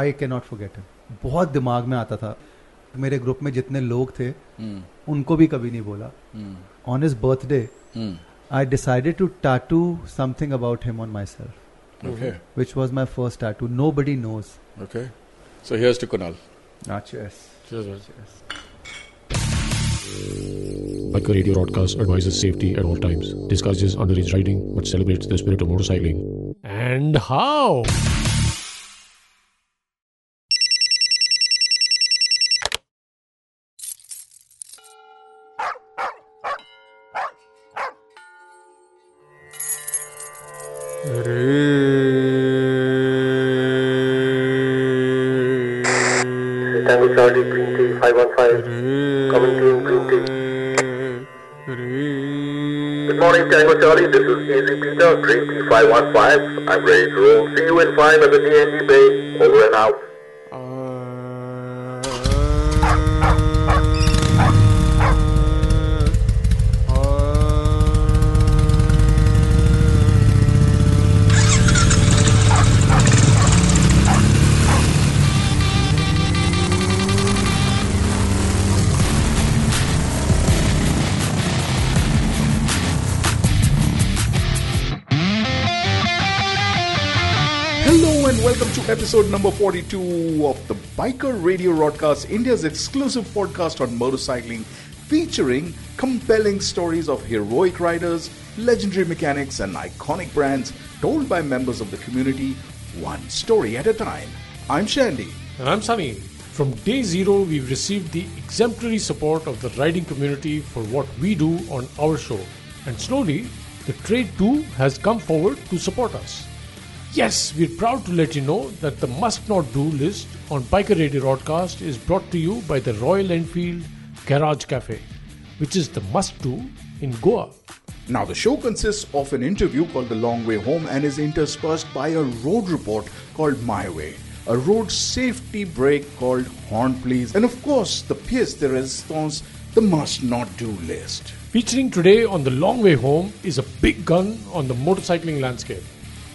I can not forget him बहुत दिमाग में आता था मेरे ग्रुप में जितने लोग थे हम्म, उनको भी कभी नहीं बोला hmm, on his birthday hmm, I decided to tattoo something about him on myself Okay. Which was my first tattoo nobody knows Okay. So here's to Kunal. Biker Radio Broadcast advises safety at all times, discourages underage riding, but celebrates the spirit of motorcycling. And how? Tango Charlie, Green Tea 515, coming to you, Green Tea. Good morning, Tango Charlie. This is Easy Peter, Green Tea 515. I'm ready to roll. See you in 5 at the DND Bay. Over and out. Uh, Hello and welcome to episode number 42 of the Biker Radio Broadcast, India's exclusive podcast on motorcycling, featuring compelling stories of heroic riders, legendary mechanics, and iconic brands told by members of the community, one story at a time. I'm Shandy. And I'm Sunny. From day zero, we've received the exemplary support of the riding community for what we do on our show. And slowly, the trade too has come forward to support us. Yes, we're proud to let you know that the must not do list on Biker Radio Broadcast is brought to you by the Royal Enfield Garage Cafe, which is the must do in Goa. Now, the show consists of an interview called The Long Way Home and is interspersed by a road report called My Way, a road safety break called Horn Please, and of course, the pièce de résistance, the must not do list. Featuring today on The Long Way Home is a big gun on the motorcycling landscape.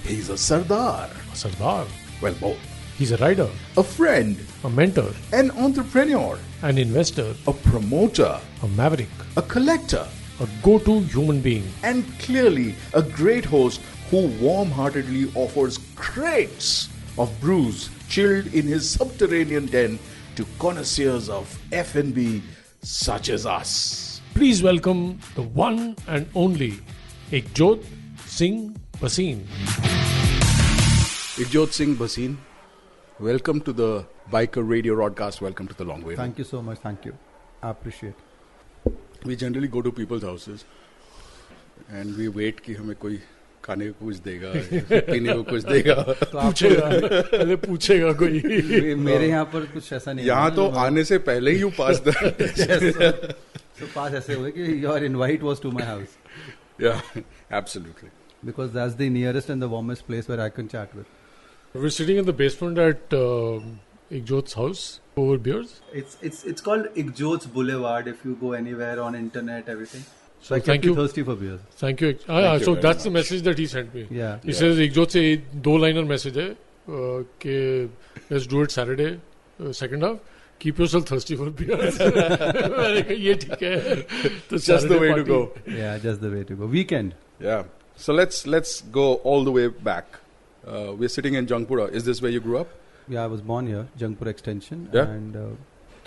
He's a Sardar. Sardar, Well, both. he's a rider, A friend, a mentor, an entrepreneur, an investor, a promoter, a maverick, a collector, a go to human being. and clearly a great host who warm heartedly offers crates of brews chilled in his subterranean den to connoisseurs of F&B such as us. Please welcome the one and only Ekjot Singh Basin. Ijot Singh Basin, welcome to the Biker Radio Broadcast. Welcome to the Long Way. Thank you so much thank you I appreciate We generally go to people's houses and we wait कि हमें कोई खाने को कुछ देगा पीने को कुछ देगा अरे पूछेगा कोई तो मेरे यहाँ पर कुछ ऐसा नहीं यहाँ तो आने से पहले ही यू पास द तो पास ऐसे हुए कि your invite was to my house Yeah, absolutely. Because that's the nearest and the warmest place where I can chat with We're sitting in the basement at um Ekjot's house over beers. It's it's it's called Ikjot's Boulevard if you go anywhere on internet everything. So, I kept thank you you. thirsty for beers. Thank you. Ek- Ah, Thank ah, you so very that's the much. message that he sent me. Yeah. He says Ekjot से दो liner message है uh, कि let's do it Saturday uh, second half. Keep yourself thirsty for beer. मैंने कहा, ये ठीक है. तो Just the Saturday way to party- go. Yeah, just the way to go. Weekend. Yeah. So let's let's go all the way back. Uh, we're sitting in Jangpura. Is this where you grew up? Yeah, I was born here, Jangpur Extension, Yeah. and uh,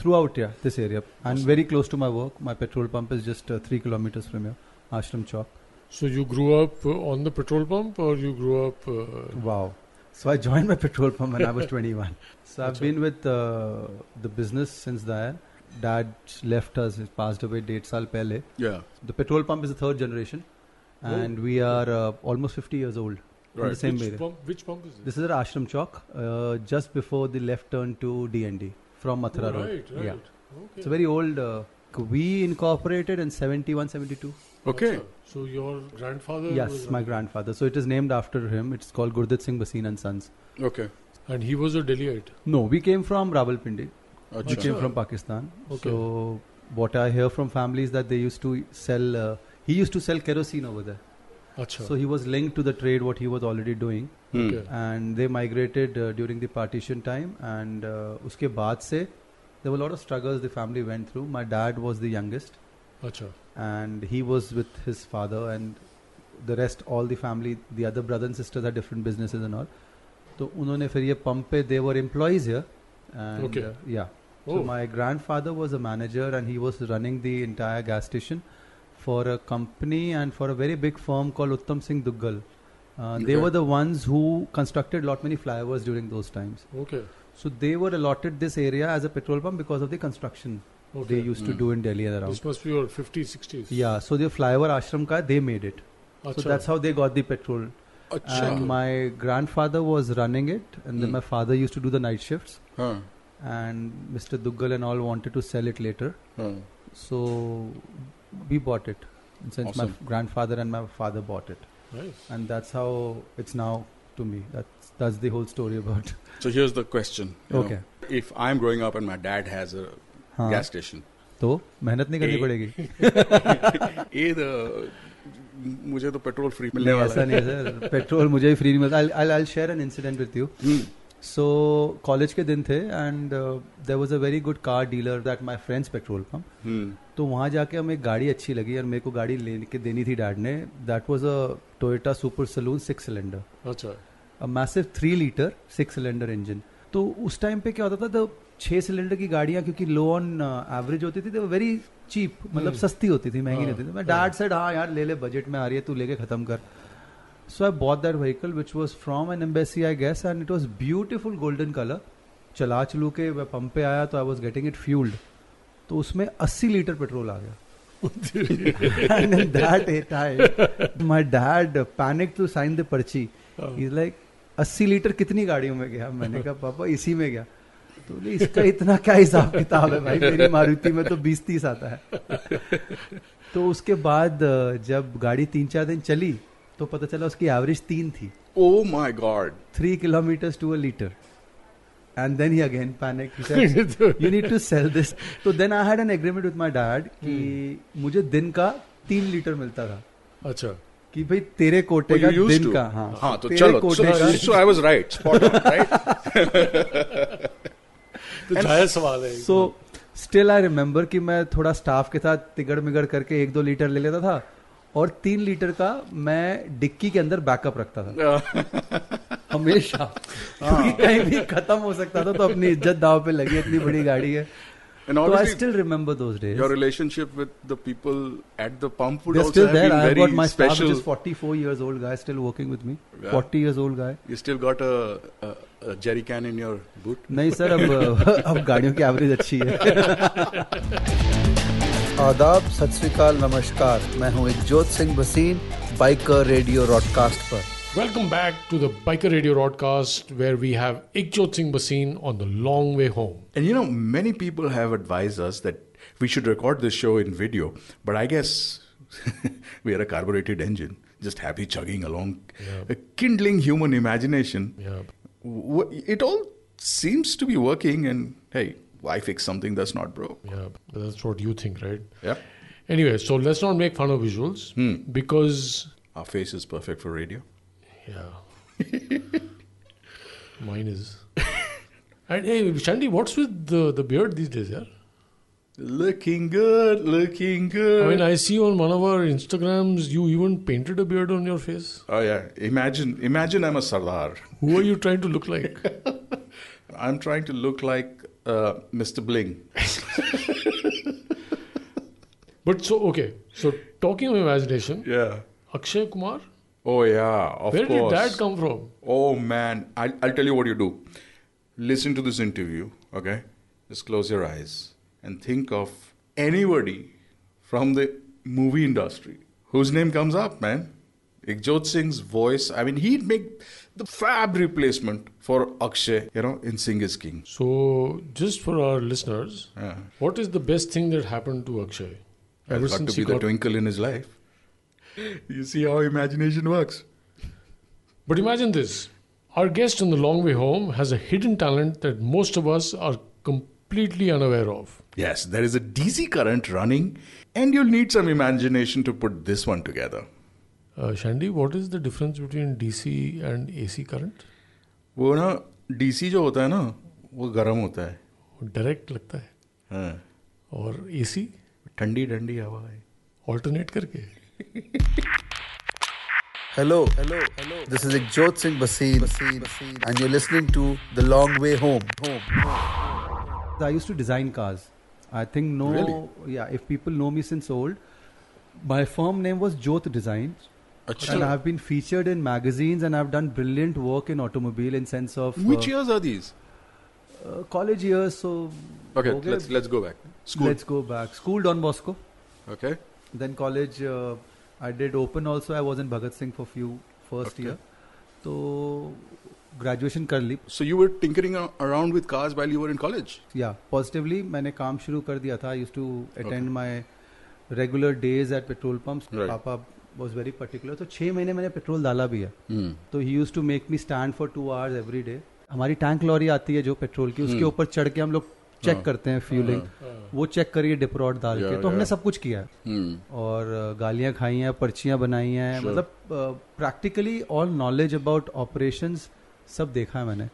throughout yeah this area. And very close to my work. My petrol pump is just uh, three kilometers from here, Ashram Chowk. So you grew up uh, on the petrol pump, or you grew up? Uh, Wow. So I joined my petrol pump when I was 21. So I've been with uh, the business since then. Dad left us. He passed away. Date saal pehle. Yeah. The petrol pump is the third generation, and we are uh, almost 50 years old. In the Right. same Oh. which, area. pump, which pump is this? This is at Ashram Chowk, uh, just before the left turn to DND from Mathura Road. right, right. Yeah, Okay. it's a very old. Uh, we incorporated in 71, 72. Oh, Okay. Acha. So your grandfather? yes, was my grandfather. So it is named after him. It's called Gurdit Singh Basin and Sons. Okay. And he was a Delhiite. No, we came from Rawalpindi. We Acha. came from Pakistan. Okay. So what I hear from families that they used to sell. Uh, he used to sell kerosene over there. Acha. So he was linked to the trade what he was already doing, Hmm. Okay. and they migrated uh, during the partition time. And uh, उसके बाद से there were a lot of struggles the family went through. My dad was the youngest, Acha. and he was with his father, and the rest all the family, the other brother and sisters had different businesses and all. तो उन्होंने फिर ये pump पे they were employees here, and Okay. uh, yeah. So Oh. my grandfather was a manager and he was running the entire gas station for a company and for a very big firm called Uttam Singh Duggal. Uh, They Okay. were the ones who constructed lot many flyovers during those times. Okay. So they were allotted this area as a petrol pump because of the construction Okay. they used to Mm. do in Delhi and around. This must be your 50s, 60s. Yeah, so the flyover ashram ka they made it. Acha. So that's how they got the petrol. अच्छा And Um, my grandfather was running it, and then Mm. my father used to do the night shifts. हाँ And Mr. Duggal and all wanted to sell it later. हाँ So we bought it. And since my Awesome. f- grandfather and my father bought it, nice. and that's how it's now to me. That's that's the whole story about. So here's the question. you Okay. know. If I'm growing up and my dad has a हाँ, gas station, तो मेहनत नहीं करनी ए- पड़ेगी ये तो- मुझे तो पेट्रोल फ्री मिलने नहीं, वाला ऐसा है नहीं सर पेट्रोल मुझे भी फ्री नहीं मिलता I I share an incident with you Hmm. So college के दिन थे uh, and there was a very good car dealer that my friends petrol pump Hmm. तो वहाँ जाके हमें एक गाड़ी अच्छी लगी और मेरे को गाड़ी लेके देनी थी डैड ने that was a Toyota super saloon six cylinder Acha. A massive three litre six cylinder engine तो उस टाइम पे क्या होता था तो छः सिलेंडर की गाड़ियाँ क्योंकि लो ऑन एवरेज होती थी तो वेरी चीप मतलब हम्म। सस्ती होती थी महंगी हाँ, नहीं होती थी मैं हाँ। डैड सेड हाँ यार ले ले बजट में आ रही है तू लेके ख़त्म कर so I bought that vehicle which was from an embassy I guess and it was beautiful golden colour चला चलू के मैं पंप पे आया तो I was getting it fuelled तो उसमें अस्सी लीटर पेट्रोल आ गया and in that time, my dad panicked to sign the पर्ची He's like, 80 लीटर कितनी गाड़ियों में गया मैंने कहा पापा इसी में गया तो बोले इसका इतना क्या हिसाब किताब है भाई मेरी मारुति में तो बीस तीस आता है तो उसके बाद अ, जब गाड़ी तीन चार दिन चली तो पता चला उसकी एवरेज तीन थी Oh my God. Three kilometre to a litre and then he again panic you need to sell this तो then I had an agreement with my dad कि Hmm. मुझे दिन का तीन लीटर मिलता था Acha. कि भाई तेरे कोटे Well, का you used दिन to. का हाँ हाँ तो तेरे चलो कोटे so, का so I was right spot on right तो जायज सवाल है सो स्टिल आई रिमेम्बर कि मैं थोड़ा स्टाफ के साथ तिगड़ मिगड़ करके एक दो लीटर ले लेता था और तीन लीटर का मैं डिक्की के अंदर बैकअप रखता था हमेशा हाँ। क्योंकि कहीं भी खत्म हो सकता था तो अपनी इज्जत दाव पे लगी इतनी बड़ी गाड़ी है and तो I obviously still remember those days your relationship with the people at the pump would They're also still have there. been I've very got my staff, special which is 44 years old guy, still working with me. Yeah. 40 years old guy. you still got a, a, a jerry can in your boot नहीं sir अब अब गाड़ियों की average अच्छी है आदाब सत श्रीकाल नमस्कार मैं हूँ Ikjot Singh Bhasin biker radio roadcast पर Welcome back to the Biker Radio broadcast where we have Ikjot Singh Basin on the long way home. And you know, many people have advised us that we should record this show in video, but I guess we are a carbureted engine, just happy chugging along, Yeah. uh, kindling human imagination. Yeah. W- It all seems to be working, and hey, why fix something that's not broke? Yeah. That's what you think, right? Yeah. Anyway, so let's not make fun of visuals because Our face is perfect for radio. yeah. Mine is. And hey, Shandy, what's with the, the beard these days, yeah? Looking good, looking I good. mean, I see on one of our Instagrams you even painted a beard on your face. oh yeah, imagine, imagine I'm a sardar. Who are you trying to look like? I'm trying to look like uh, Mr. Bling. But so okay, so talking of imagination, Yeah. Akshay Kumar, Oh yeah, of where course. did that come from? Oh man, I'll, I'll tell you what you do. Listen to this interview, okay? Just close your eyes and think of anybody from the movie industry whose name comes up, man. Ikjot Singh's voice, I mean, he'd make the fab replacement for Akshay, you know, in Sing is King. So just for our listeners, Yeah. what is the best thing that happened to Akshay? That's got to be the twinkle in his life. You see how imagination works. But imagine this: our guest on the long way home has a hidden talent that most of us are completely unaware of. Yes, there is a DC current running, and you'll need some imagination to put this one together. Uh, Shandy, what is the difference between DC and AC current? वो ना DC जो होता है ना वो गर्म होता है डायरेक्ट लगता है हाँ, और एसी ठंडी ठंडी हवा है ऑल्टरनेट करके Hello, hello, hello. This is Ikjot Singh Baseen, and you're listening to The Long Way Home. home. I used to design cars. I think no, yeah. If people know me since old, my firm name was Jyoth Designs, and अच्छा I've been featured in magazines, and I've done brilliant work in automobile in sense of uh, which years are these uh, college years. So okay हो गए- let's let's go back school Let's go back. School Don Bosco, okay then college. Uh, I did open also. I was in Bhagat Singh for few first Okay. year. So graduation कर ली so you were tinkering a- around with cars while you were in college या positively मैंने काम शुरू कर दिया था use to attend my regular days at petrol pump Right. पापा वॉज वेरी पर्टिकुलर तो छः महीने मैंने पेट्रोल डाला भी है hmm. तो he used to make me stand for two hours every day हमारी टैंक लॉरी आती है जो पेट्रोल की Hmm. उसके ऊपर चढ़ के हम लोग चेक करते हैं फ्यूलिंग वो चेक करिए डिपरॉट डाल के Yeah, तो हमने yeah. सब कुछ किया है Hmm. और गालियां खाई हैं पर्चियां बनाई हैं मतलब practically all knowledge about operations सब देखा है मैंने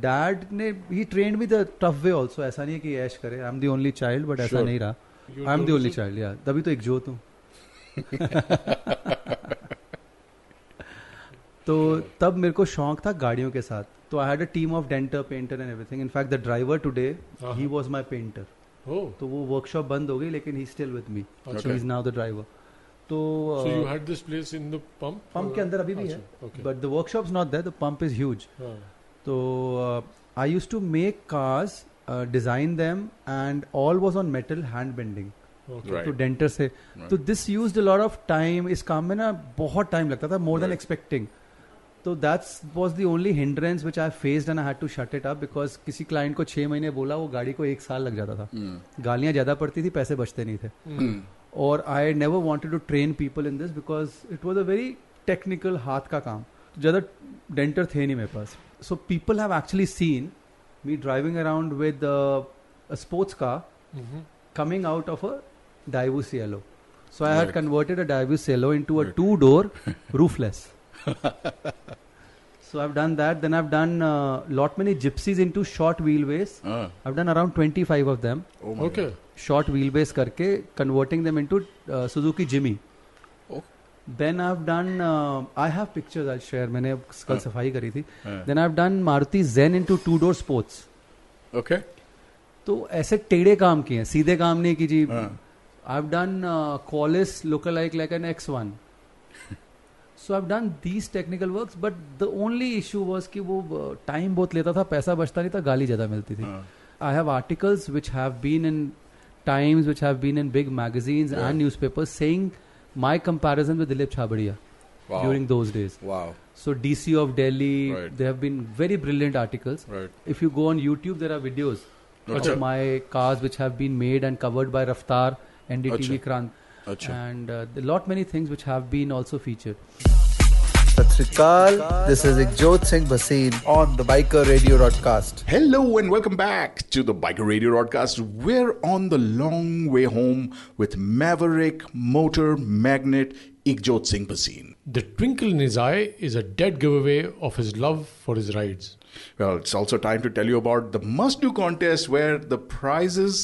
डैड ने ही train me the tough way also ऐसा नहीं है कि ऐश करे I am the only child but ऐसा नहीं रहा I am the only child यार तभी तो एक जोत हूँ तो तब मेरे को शौक था गाड़ियों के साथ तो I had a team of denter painter and everything in fact the driver today he was my painter Oh, तो वो वर्कशॉप बंद हो गई लेकिन ही स्टिल विद मी अच्छा। So is now the driver तो so you had this place in the pump? Pump के अंदर अभी भी है Okay. But the workshop not that the pump is huge हाँ, तो uh, I use to make cars design them and all was on metal hand bending okay. Right. तो denter से तो this use a lot of time इस काम में ना बहुत टाइम लगता था मोर देन एक्सपेक्टिंग तो that's was the only hindrance which I faced and I had to shut it up because किसी क्लाइंट को छः महीने बोला वो गाड़ी को एक साल लग जाता था Hmm. गालियाँ ज़्यादा पड़ती थी पैसे बचते नहीं थे और I never wanted to train people in this because it was a very technical हाथ का काम ज़्यादा डेंटर थे नहीं मेरे पास so people have actually seen me driving around with sports car coming out of a Daewoo Cielo. So I had converted a Daewoo Cielo into a two-door roofless. so I've done that. Then I've done uh, lot many gypsies into short wheelbase. Ah. I've done around 25 of them. oh my Okay. Short wheelbase karke converting them into uh, Suzuki Jimmy. Oh. Then I've done. Uh, I have pictures. I'll share. मैंने कल सफाई करी थी. हाँ. Then I've done Maruti Zen into two-door sports. God. okay तो ऐसे टेढ़े काम किए हैं, सीधे काम नहीं की जी uh, हाँ. I have done college local like like an x one so I done these technical works but the only issue was कि वो टाइम बहुत लेता था पैसा बचता नहीं था गाली ज़्यादा मिलती थी हाँ। I have articles which have been in Times which have been in big magazines and newspapers saying my comparison with Dilip Chhabria Wow. During those days wow So DC of Delhi, Right. they have been very brilliant articles. Right. If you go on YouTube, there are videos Acha. of my cars which have been made and covered by Raftar, NDTV Acha. Krant, Acha. and uh, a lot many things which have been also featured. Satrikal, this is Ikjot Singh Baseen on the Biker Radio Broadcast. Hello and welcome back to the Biker Radio Broadcast. We're on the long way home with Maverick Motor Magnet Ikjot Singh Baseen. The twinkle in his eye is a dead giveaway of his love for his rides. Well, it's also time to tell you about the must do contest where the prizes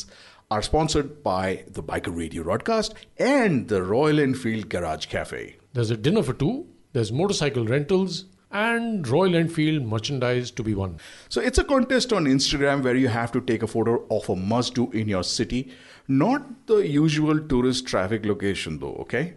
are sponsored by the Biker Radio Broadcast and the Royal Enfield Garage Cafe. There's a dinner for two, there's motorcycle rentals, and Royal Enfield merchandise to be won. So it's a contest on Instagram where you have to take a photo of a must do in your city, not the usual tourist traffic location though, okay?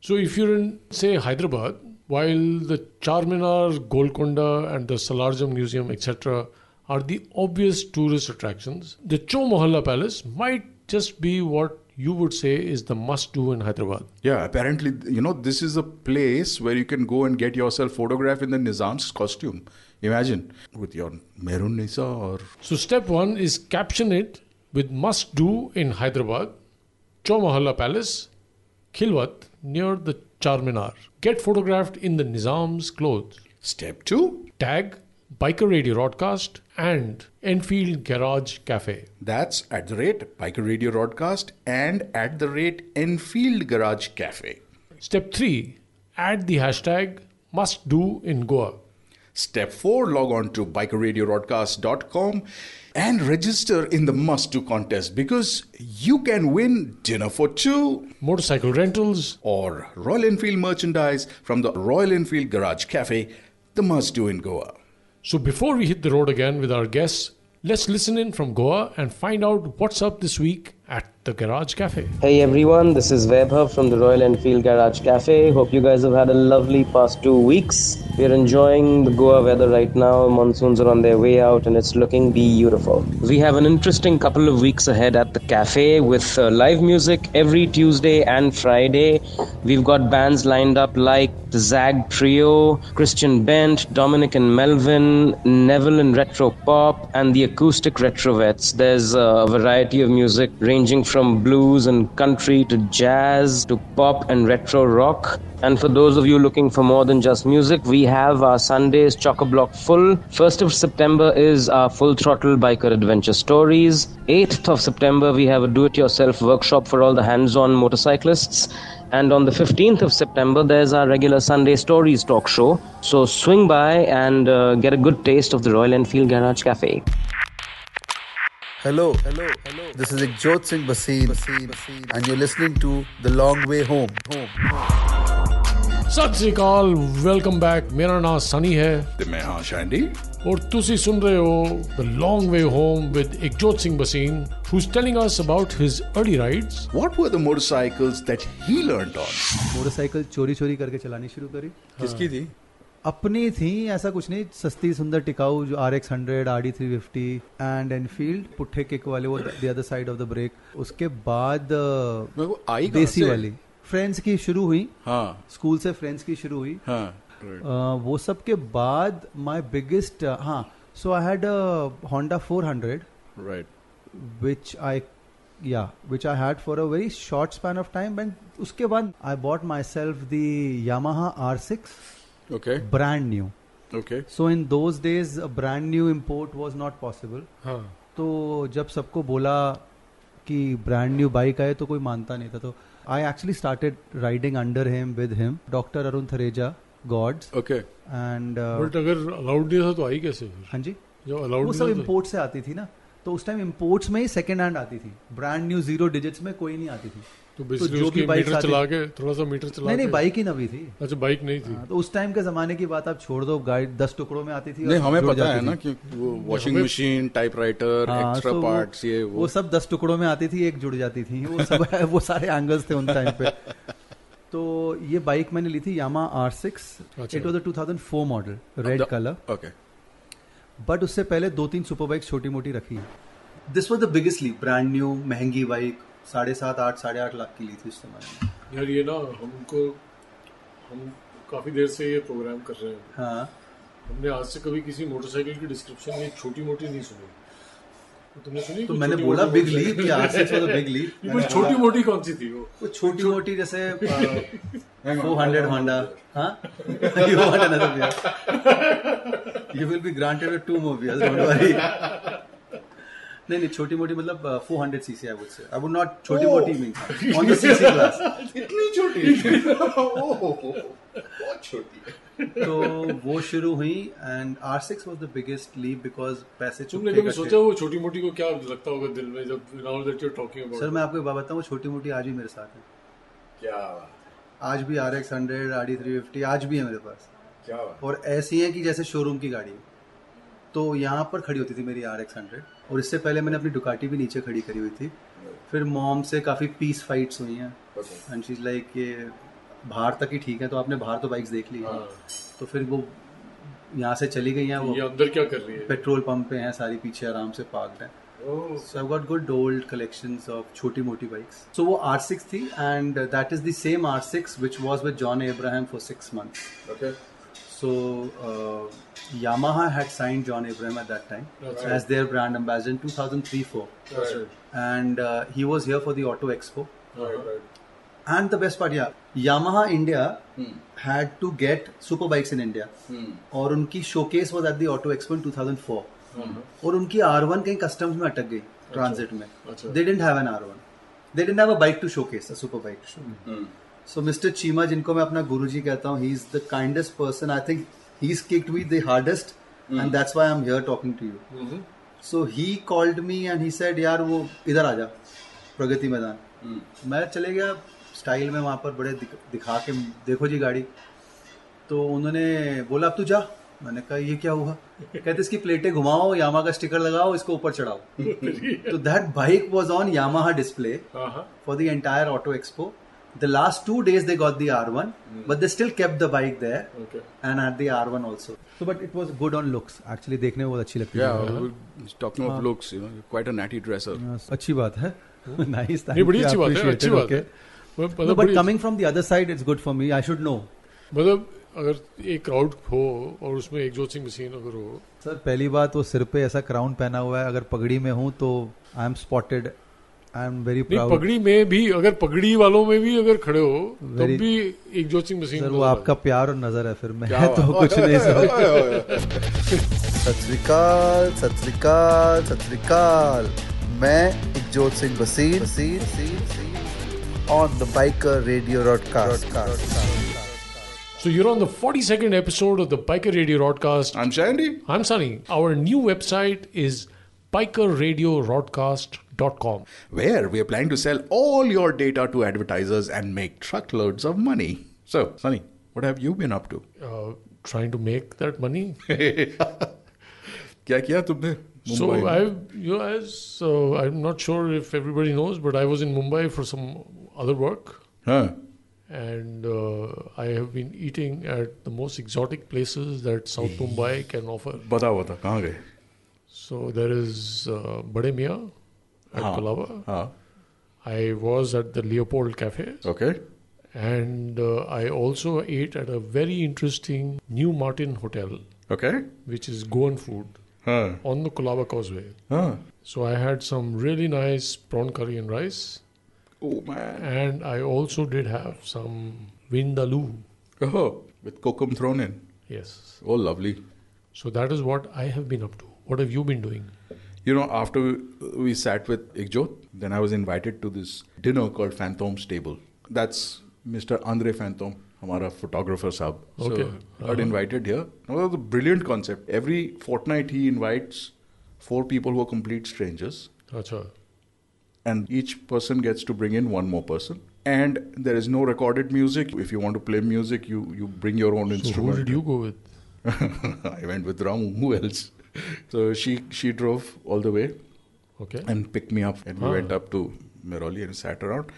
So if you're in, say, Hyderabad, while the Charminar, Golconda, and the Salarjam Museum, etc., are the obvious tourist attractions, the Chomohalla Palace might just be what you would say is the must do in Hyderabad. Yeah, apparently, you know, this is a place where you can go and get yourself photographed in the Nizam's costume. Imagine with your Mehroon Nisa or So step one is caption it with must do in Hyderabad, Chomohalla Palace, Khilwat near the Charminar. Get photographed in the Nizam's clothes. step two. Tag Biker Radio Broadcast and Enfield Garage Cafe. That's at the rate Biker Radio Broadcast and at the rate Enfield Garage Cafe. Step 3 add the hashtag must do in Goa. Step 4 log on to bikerradiorodcast.com and register in the must do contest because you can win dinner for two Motorcycle rentals, or Royal Enfield merchandise from the Royal Enfield Garage Cafe, the must do in Goa. So before we hit the road again with our guests, let's listen in from Goa and find out what's up this week at the Garage Cafe. Hey everyone, this is Vaibhav from the Royal Enfield Garage Cafe. Hope you guys have had a lovely past two weeks. We are enjoying the Goa weather right now. Monsoons are on their way out and it's looking beautiful. We have an interesting couple of weeks ahead at the cafe with uh, live music every Tuesday and Friday. We've got bands lined up like the Zag Trio, Christian Bent, Dominic and Melvin, Neville and Retro Pop, and the Acoustic Retrovets. There's uh, a variety of music ranging from blues and country to jazz to pop and retro rock. And for those of you looking for more than just music, we have our Sundays chock a block full. 1st of September is our Full Throttle Biker Adventure Stories. 8th of September, we have a do it yourself workshop for all the hands on motorcyclists. And on the 15th of September, there's our regular Sunday Stories talk show. So swing by and uh, get a good taste of the Royal Enfield Garage Cafe. Hello. Hello. Hello. This is Ikjot Singh Basin, and you're listening to The Long Way Home. home. ਸਤਿ ਸ਼੍ਰੀ ਅਕਾਲ welcome back ਮੇਰਾ ਨਾਮ ਸਨੀ ਹੈ The Meha Shandy. ਔਰ ਤੁਸੀਂ ਸੁਣ ਰਹੇ ਹੋ the long way home with Ikjot Singh Bhasin who's telling us about his early rides What were the motorcycles that he learned on? Motorcycle चोरी चोरी करके चलानी शुरू करी हाँ। किसकी थी अपनी थी ऐसा कुछ नहीं सस्ती सुंदर टिकाऊ जो R X hundred R D three fifty and Enfield पुट्ठे किक वाले वो the other side of the break उसके बाद अ, मेरे को आई कहाँ देसी से? वाली फ्रेंड्स की शुरू हुई हाँ स्कूल से फ्रेंड्स की शुरू हुई हाँ right. अ, वो सब के बाद माय बिगेस्ट हाँ so I had Honda four hundred Right. which I yeah which I had for a very short span of time and उसके बाद I bought myself the Yamaha R6 Okay. brand new Okay. so in those days a brand new import was not possible ਹਾਂ तो जब सबको बोला कि brand new bike आए तो कोई मानता नहीं था तो I actually started riding under him with him doctor Arun Thareja gods Okay. And but ਅਗਰ ਅਲਾਉਡ ਨਹੀਂ ਥਾ ਤਾਂ ਆਈ ਕੈਸੇ ਫਿਰ uh, हाँ जी ਜੋ ਅਲਾਉਡ वो सब इम्पोर्ट से आती थी ना तो उस टाइम इम्पोर्ट्स में ही सेकंड हैंड आती थी ब्रांड न्यू जीरो डिजिट्स में कोई नहीं आती थी तो तो बेसिकली जो उसकी भी बाइक मीटर चला के थोड़ा सा मीटर चला नहीं नहीं के- बाइक ही नवी थी अच्छा बाइक नहीं थी हाँ, तो उस टाइम के जमाने की बात आप छोड़ दो गाड़ी दस टुकड़ों में आती थी और नहीं हमें जुड़ पता जाती है ना थी। कि वो वॉशिंग मशीन टाइपराइटर हाँ, एक्स्ट्रा so वो- पार्ट्स ये वो वो सब दस टुकड़ों में आती थी एक जुड़ जाती थी वो सब वो सारे एंगल्स थे उन टाइम पे तो ये बाइक मैंने ली थी यामा आर सिक्स अच्छा। It was two thousand four model red colour okay but उससे पहले दो तीन सुपर बाइक छोटी मोटी रखी this was the biggest leap brand new महंगी बाइक साढ़े सात आठ साढ़े आठ लाख की ली थी उस समय यार ये ना हमको हम काफी देर से ये प्रोग्राम कर रहे हैं हाँ हमने आज से कभी किसी मोटरसाइकिल की डिस्क्रिप्शन में छोटी मोटी नहीं सुनी तो तुमने सुनी तो कोई मैंने छोटी बोला मोटी big leap motorcycle? R six was big leap ये कोई छोटी मोटी कौन सी थी वो वो छोटी मोटी जैसे four hundred Honda you want another beer you will be granted to more beers don't worry नहीं नहीं छोटी मोटी मतलब four hundred CC I would say I would not छोटी मोटी mean on the CC class Oh. इतनी छोटी बहुत छोटी तो वो शुरू हुई and R six was the biggest leap because पैसे तुमने चुपके कभी करके- सोचा वो छोटी मोटी को क्या लगता होगा दिल में जब now that you talking about sir मैं आपको एक बात बताऊँ छोटी मोटी आज भी मेरे साथ है क्या आज भी R X hundred R D three fifty आज भी है मेरे पास क्या और ऐसी है कि जैसे शोरूम की गाड़ी है। तो यहाँ पर खड़ी होती थी मेरी आर एक्स हंड्रेड और इससे पहले मैंने अपनी डुकाटी भी नीचे खड़ी करी हुई थी फिर मॉम से काफ़ी पीस फाइट्स हुई हैं एंड शीज लाइक ये बाहर तक ही ठीक है तो आपने बाहर तो बाइक्स देख ली हैं तो फिर वो यहाँ से चली गई ये हैं वो अंदर क्या कर रही है पेट्रोल पंप पे हैं सारी पीछे आराम से पार्कड हैं So I've got good old collections of choti moti bikes. So वो R6 थी and uh, that is the same R6 which was with John Abraham for six months. Okay. So uh, Yamaha had signed John Abraham at that time as their brand ambassador in 2003-4 and uh, he was here for the Auto Expo. And the best part, yeah, Yamaha India had to get super bikes in India. और उनकी showcase was at the Auto Expo in 2004. और उनकी R1 कहीं customs में अटक गई transit में. They didn't have an R1. They didn't have a bike to showcase, a super bike to showcase. So Mr. Chima, जिनको मैं अपना गुरुजी कहता हूँ, he is the kindest person. I think he's kicked me the hardest, and that's why I'm here talking to you. So he called me and he said, यार वो इधर आ जा, प्रगति मैदान. मैं चले गया स्टाइल में वहाँ पर बड़े दिख- दिखा के देखो जी गाड़ी. तो उन्होंने बोला अब तू जा मैंने कहा ये क्या हुआ कहते इसकी प्लेटें घुमाओ यामा का स्टिकर लगाओ इसको ऊपर चढ़ाओ तो that bike was on Yamaha display Uh-huh. for the entire auto expo. The last two days they got the R1, Hmm. but they still kept the bike there Okay. and had the R1 also. So, but it was good on looks. Actually, देखने में बहुत अच्छी लगती Yeah, we're talking हाँ। of looks, you know, you're quite a natty dresser. है Uh, अच्छी बात है नाइस नहीं Hmm. बड़ी अच्छी बात है अच्छी बात है म- मतलब बट बड़ी- coming from the other side it's good for me I should know मतलब अगर एक क्राउड हो और उसमें एक जोत सिंह मशीन अगर हो सर पहली बात वो सिर पे ऐसा क्राउन पहना हुआ है अगर पगड़ी में हूँ तो I am spotted I am very नहीं प्राउड पगड़ी में भी अगर पगड़ी वालों में भी अगर खड़े हो तब Very- भी एक जोत सिंह मशीन सर वो नजर आए। आपका प्यार और नजर है फिर मैं तो कुछ नहीं सर सत श्रीकाल सत श्रीकाल सत श्रीकाल मैं इकजोत सिंह बसीर बसीर on the biker radio roadcast So you're on the 42nd episode of the Biker Radio Rodcast. I'm Shandy. I'm Sunny. Our new website is bikerradiorodcast.com. where we are planning to sell all your data to advertisers and make truckloads of money. So, Sunny, what have you been up to? Uh, trying to make that money. क्या किया तुमने so I, you know, as, so I'm not sure if everybody knows, but I was in Mumbai for some other work, हाँ and uh, I have been eating at the most exotic places that South Mumbai can offer. बताओ बताओ कहाँ गए So there is uh, Bade Mia at Colaba. हाँ I was at the Leopold Cafe. Okay And uh, I also ate at a very interesting New Martin Hotel, okay which is Goan food हाँ on the Kolaba Causeway. हाँ So I had some really nice prawn curry and rice, Oh man. and I also did have some vindaloo. Oh, with kokum thrown in. Yes. Oh, lovely. So that is what I have been up to. What have you been doing? You know, after we sat with Ikjot, then I was invited to this dinner called Phantom's Table. That's Mr. Andre Phantom, our photographer sub. Okay. So, got invited here. Now, that's a brilliant concept. Every fortnight, he invites four people who are complete strangers, Acha. and each person gets to bring in one more person. And there is no recorded music. If you want to play music, you, you bring your own So instrument. who did you go with? I went with Ramu. Who else? So she she drove all the way Okay. and picked me up, and we went up to Meroli and sat around.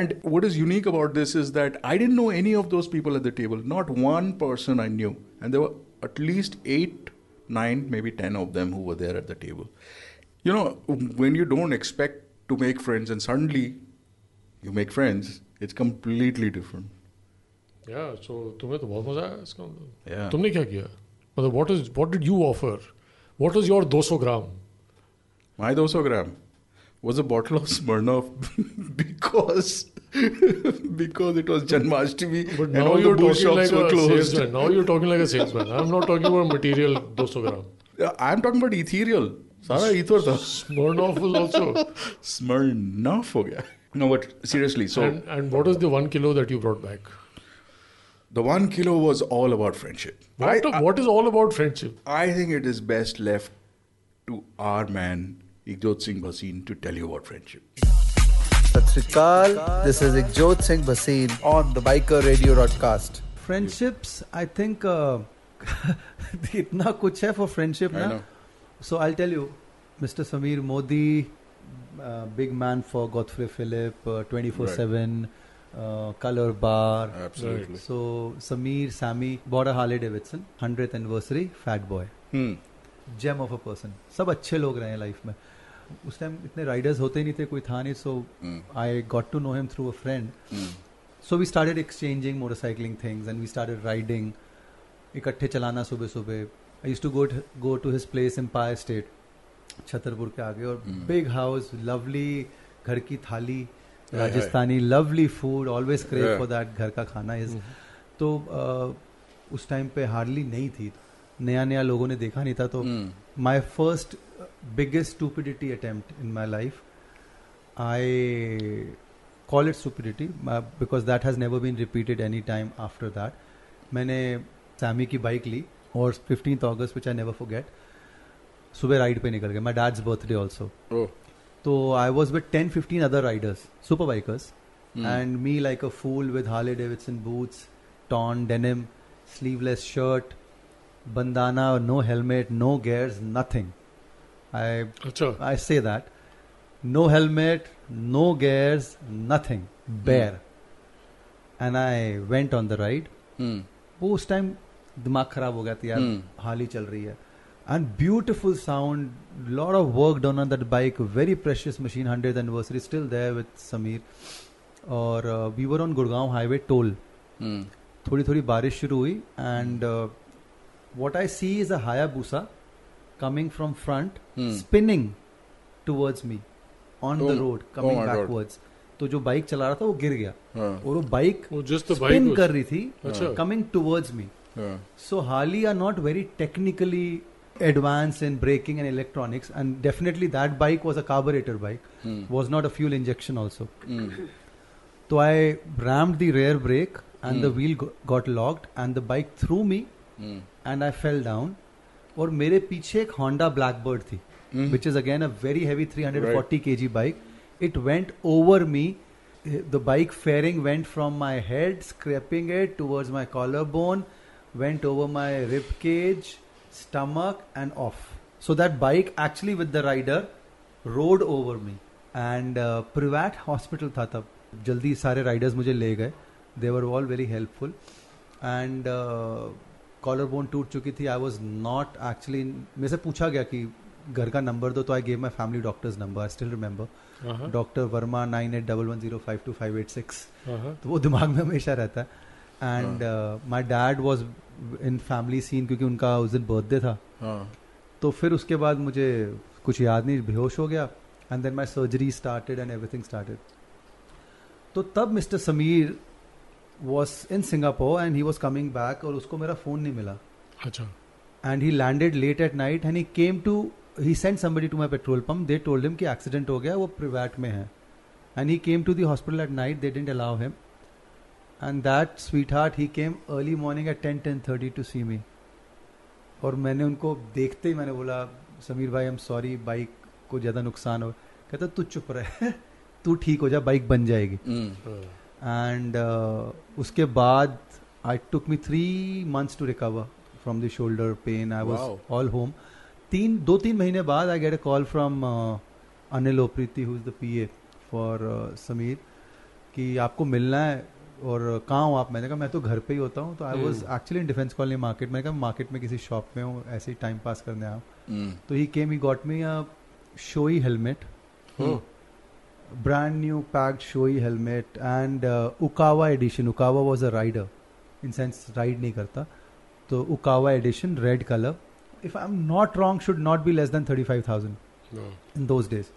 And what is unique about this is that I didn't know any of those people at the table. Not one person I knew, and there were at least eight, nine, maybe ten of them who were there at the table. You know, when you don't expect to make friends, and suddenly you make friends, it's completely different. Yeah. So तुम्हें तो बहुत मजा आया इसका मतलब. Yeah. तुमने क्या किया? मतलब what is what did you offer? What was your 200 gram? My 200 gram was a bottle of Smirnoff because because it was Janmashtami But and now all the you're booze talking shops like were a closed. salesman. Now you're talking like a salesman. I'm not talking about material 200 gram. Yeah, I'm talking about ethereal. सारा ether था. Smirnoff will also. Smirnoff हो गया. No, but seriously, so and, and what is the one kilo that you brought back? the one kilo was all about friendship. I, What, what is all about friendship? I think it is best left to our man, Ikjot Singh Bhasin, to tell you about friendship. सत श्रीकाल this is Ikjot Singh Basir on the biker radio roadcast friendships I think uh, इतना कुछ है for friendship I ना know. So I tell you mister Sameer Modi big man for Godfrey Phillips twenty four seven colour bar Absolutely. So Sameer Sammy border Harley Davidson hundred anniversary fat boy Hmm. Gem of a person सब अच्छे लोग रहे हैं life में उस time इतने Riders होते ही नहीं थे कोई था नहीं so Hmm. I got to know him through a friend so we started exchanging motorcycling things and we started riding इकट्ठे चलाना सुबह सुबह I use to go go to his place Empire State Chhatarpur के आगे और बिग हाउस लवली घर की थाली Rajasthani lovely food always crave Yeah. For that घर का खाना इज तो अ, उस टाइम पे हार्डली नहीं थी नया नया लोगों ने देखा नहीं था तो Hmm. Hmm. My first biggest stupidity attempt in my life I call it stupidity uh, because that has never been repeated any time after that. मैंने सैमी की बाइक ली और fifteenth August which I never forget सुबह ride पे निकल गए my dad's birthday also Oh, So तो I was with 10, 15 other riders, super bikers, Hmm. Hmm. and me like a fool with Harley Davidson boots, torn denim, sleeveless shirt, bandana, no helmet, no gears, nothing. I Acha. I say that, no helmet, no gears, nothing, bare. And I went on the ride. hmm. वो उस time दिमाग खराब हो गया था यार Hmm. हम्म। हाल ही चल रही है and beautiful sound lot of work done on that bike very precious machine hundred anniversary still there with Sameer और uh, we were on Gurgaon highway toll Hmm. थोड़ी थोड़ी बारिश शुरू हुई uh, and what I see is a Hayabusa coming from front Hmm. Spinning towards me on Oh the my- road oh coming my God. Backwards तो जो bike चला रहा था वो गिर गया Huh. और वो बाइक वो just the तो bike स्पिन was- कर रही थी अच्छा। Coming towards me Huh. So Harley are not very technically advanced in braking and electronics, and definitely that bike was a carburetor bike, Hmm. was not a fuel injection also. So I rammed the rear brake, and the wheel go- got locked, and the bike threw me, Hmm. and I fell down. और मेरे पीछे एक Honda Blackbird थी, which is again a very heavy 340 kg bike. It went over me. The bike fairing went from my head, scraping it towards my collarbone, went over my rib cage, stomach, and off. So that bike actually with the rider rode over me. And uh, Privat hospital था तब जल्दी सारे riders मुझे ले गए. They were all very helpful. And uh, collarbone टूट चुकी थी. I was not actually मेरे से पूछा गया कि घर का नंबर दो तो I gave my family doctor's number I still remember doctor Verma nine eight double one zero five two five eight six Uh-huh. तो वो दिमाग में हमेशा रहता है uh, and my dad was in family scene क्योंकि उनका उस दिन बर्थडे था Huh. तो फिर उसके बाद मुझे कुछ याद नहीं बेहोश हो गया and then my surgery started and everything started तो तब mister Sameer was in Singapore and he was coming back और उसको मेरा फ़ोन नहीं मिला Acha. and he landed late at night and he came to he sent somebody to my petrol pump they told him कि accident हो गया वो privat में है and he came to the hospital at night they didn't allow him and that sweetheart he came early morning at 10 10:30 to see me और मैंने उनको देखते ही मैंने बोला समीर भाई आई एम सॉरी बाइक को ज़्यादा नुकसान हो कहता तू चुप रहे तू ठीक हो जा बाइक बन जाएगी Hmm. Uh, एंड uh, उसके बाद I took me three months to recover from the shoulder pain I Wow. Was all home तीन दो तीन महीने बाद I get a call from Anil ओप्रीति who is the P A for Sameer कि uh, आपको मिलना है और कहाँ हो आप मैंने कहा मैं तो घर पे ही होता हूँ तो I was actually in Defence Colony market मैंने कहा मार्केट में किसी शॉप में हूँ ऐसे ही टाइम पास करने आया हूँ Hmm. तो he came he got me a Shoei helmet brand new packed showy helmet and uh, Ukawa edition. Ukawa was a rider, in sense ride नहीं करता. तो Ukawa edition red color. If I'm not wrong, should not be less than thirty five thousand no. in those days.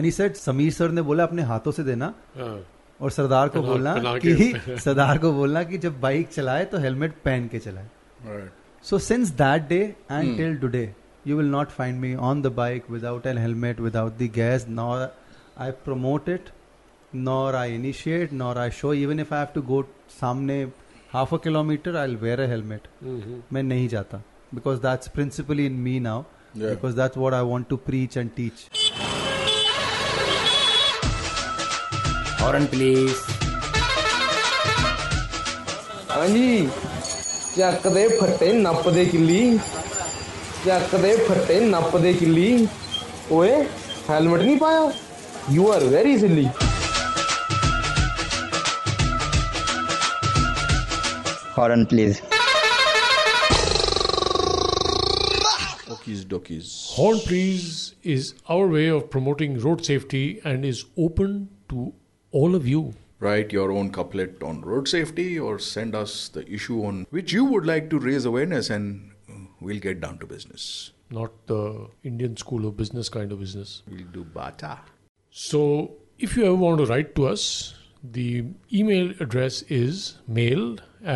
And he said Sameer sir ने बोला अपने हाथों से देना Uh, और सरदार को पहना- बोलना पहना कि के- सरदार को बोलना कि जब बाइक चलाए तो हेलमेट पहन के चलाए. Right. So since that day and till today, you will not find me on the bike without a helmet, without the gas. Nor I promote it, nor I initiate, nor I show. Even if I have to go सामने half a kilometer, I'll wear a helmet. मैं नहीं जाता because that's principally in me now. Yeah. Because that's what I want to preach and teach. Horn please ਹਾਂਜੀ ਚੱਕਦੇ ਫੱਟੇ ਨੱਪਦੇ ਕਿੱਲੀ ਚੱਕਦੇ ਫੱਟੇ ਨੱਪਦੇ ਕਿੱਲੀ ਓਏ ਹੈਲਮਟ ਨਹੀਂ ਪਾਇਆ you are very silly horn please Okies dokies. Horn Please is our way of promoting road safety and is open to all of you. Write your own couplet on road safety or send us the issue on which you would like to raise awareness and uh, we'll get down to business. not the Indian School of Business kind of business. We'll do bata. So, if you ever want to write to us, the email address is mail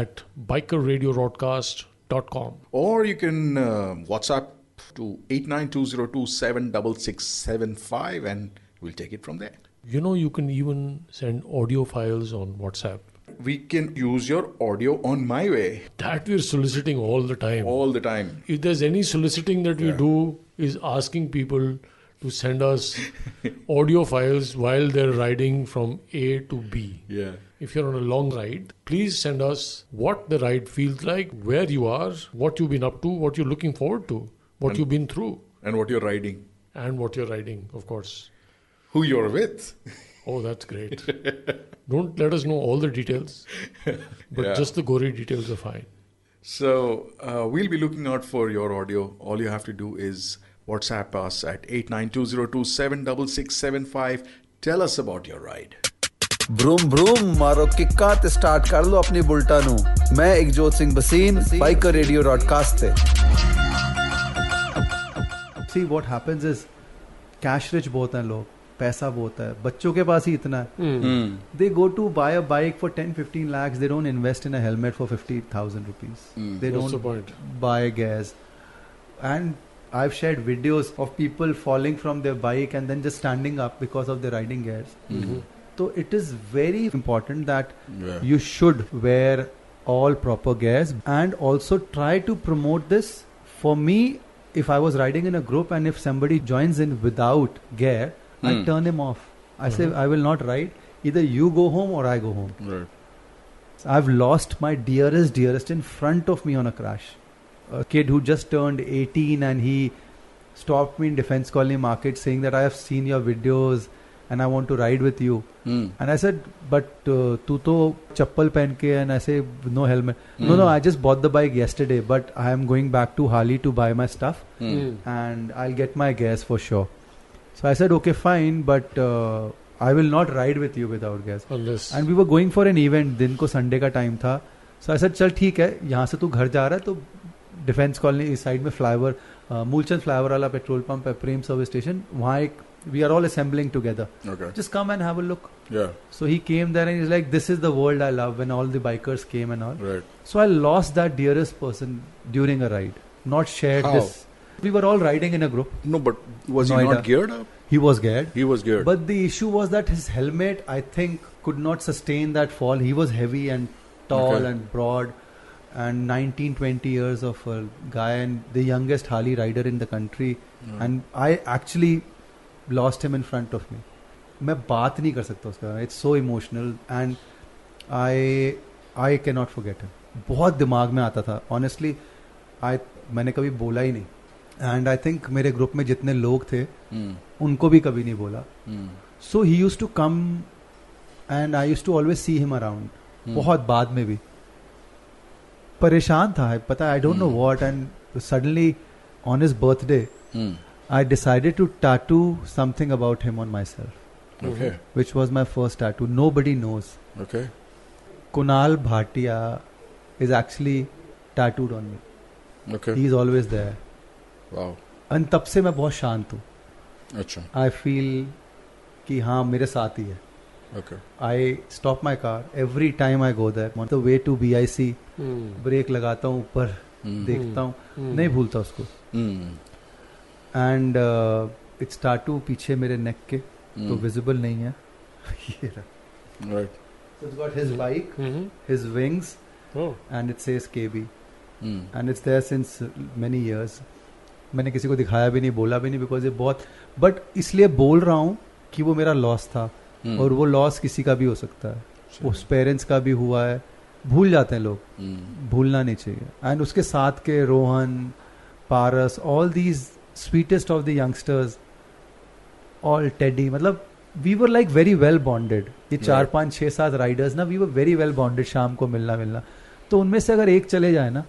at bikerradiorodcast.com. Or you can uh, WhatsApp to 8920276675 and we'll take it from there. You know, you can even send audio files on WhatsApp. We can use your audio on my way That we're soliciting all the time. all the time. If there's any soliciting that we do, is asking people to send us audio files while they're riding from A to B. Yeah. If you're on a long ride, please send us what the ride feels like, where you are, what you've been up to, what you're looking forward to, what you've been through, And what you're riding, and what you're riding, of course. who you're with. Oh, that's great. Don't let us know all the details, but Yeah. just the gory details are fine. So uh, we'll be looking out for your audio. All you have to do is WhatsApp us at 8920276675. Tell us about your ride. Vroom ਬਰੂਮ ਮਾਰੋ ਕਿੱਕਾ ਤੇ start ਕਰ ਲਓ ਆਪਣੀ ਬੁਲਟਾਂ ਨੂੰ ਮੈਂ Ikjot Singh Bhasin biker radio roadcast ਤੇ see what happens is cash rich बहुत हैं लोग पैसा बहुत है बच्चों के पास ही इतना हम्म। है they go to buy a bike for 10 15 lakhs they don't invest in a helmet for 50000 rupees they What's the don't point? buy gas and i've shared videos of people falling from their bike and then just standing up because of their riding gears Hmm. Mm-hmm. so it is very important that you should wear all proper gears and also try to promote this for me if i was riding in a group and if somebody joins in without gear i turn him off i say i will not ride either you go home or i go home Right. I've lost my dearest, dearest in front of me on a crash. A kid who just turned 18 and he stopped me in Defense Colony Market saying that I have seen your videos and I want to ride with you. Mm, And I said, but uh, tu to chappal pen ke and I say no helmet. No, no, I just bought the bike yesterday, but I am going back to Harley to buy my stuff mm. Hmm. Mm. Hmm. and I'll get my gas for sure. So I said, okay, fine, but uh, I will not ride with you without gas. Unless. And we were going for an event दिन को Sunday का time था so I said चल ठीक है यहाँ से तू घर जा रहा है तो डिफेंस कॉलोनी इस साइड में फ्लाईओवर मूलचंद फ्लाईओवर वाला पेट्रोल पंप है प्रेम सर्विस स्टेशन वहाँ एक we are all assembling together Okay. Just come and have a look Yeah. So he came there and is like this is the world I love when all the bikers came and all Right. So I lost that dearest person during a ride. Not shared How? this. We were all riding in a group. No, but was he Noida. not geared up? He was geared. He was geared. But the issue was that his helmet, I think, could not sustain that fall. He was heavy and tall Okay. and broad and 19, 20 years of a guy and the youngest Harley rider in the country. Mm. And I actually lost him in front of me. मैं बात नहीं कर सकता उसका it's so emotional and I I can not forget him बहुत दिमाग में आता था ऑनेस्टली आई मैंने कभी बोला ही नहीं एंड आई थिंक मेरे ग्रुप में जितने लोग थे Mm. उनको भी कभी नहीं बोला so he used to come and I use to always see him around बहुत बाद में भी परेशान था पता I don't know what and suddenly on his birthday Mm. I decided to tattoo something about him on myself Okay. Which was my first tattoo nobody knows Okay. Kunal Bhatia is actually tattooed on me. Okay. He is always there. Wow. And तब से मैं बहुत शांत हूँ Acha. I feel कि हाँ मेरे साथ ही है Okay. I stop my car every time I go that on the way to B I C brake लगाता हूँ ऊपर Mm. देखता हूँ नहीं भूलता उसको Hmm. एंड इट्स टाटू पीछे मेरे नेक के तो Hmm. विजिबल नहीं है ये Mm. Right. Got his bike Mhm. His wings Oh. And it says K B Hmm. And it's there since many years मैंने किसी को दिखाया भी नहीं बोला भी नहीं बिकॉज ये बहुत बट इसलिए बोल रहा हूँ कि वो मेरा लॉस था Hmm. और वो लॉस किसी का भी हो सकता है उस पेरेंट्स का भी हुआ है भूल जाते हैं लोग Hmm. भूलना नहीं चाहिए एंड उसके साथ के Rohan Paras all these sweetest of the youngsters all Teddy मतलब we were like very well bonded ये चार पाँच छः सात राइडर्स ना we were very well bonded शाम को मिलना मिलना तो उनमें से अगर एक चले जाए ना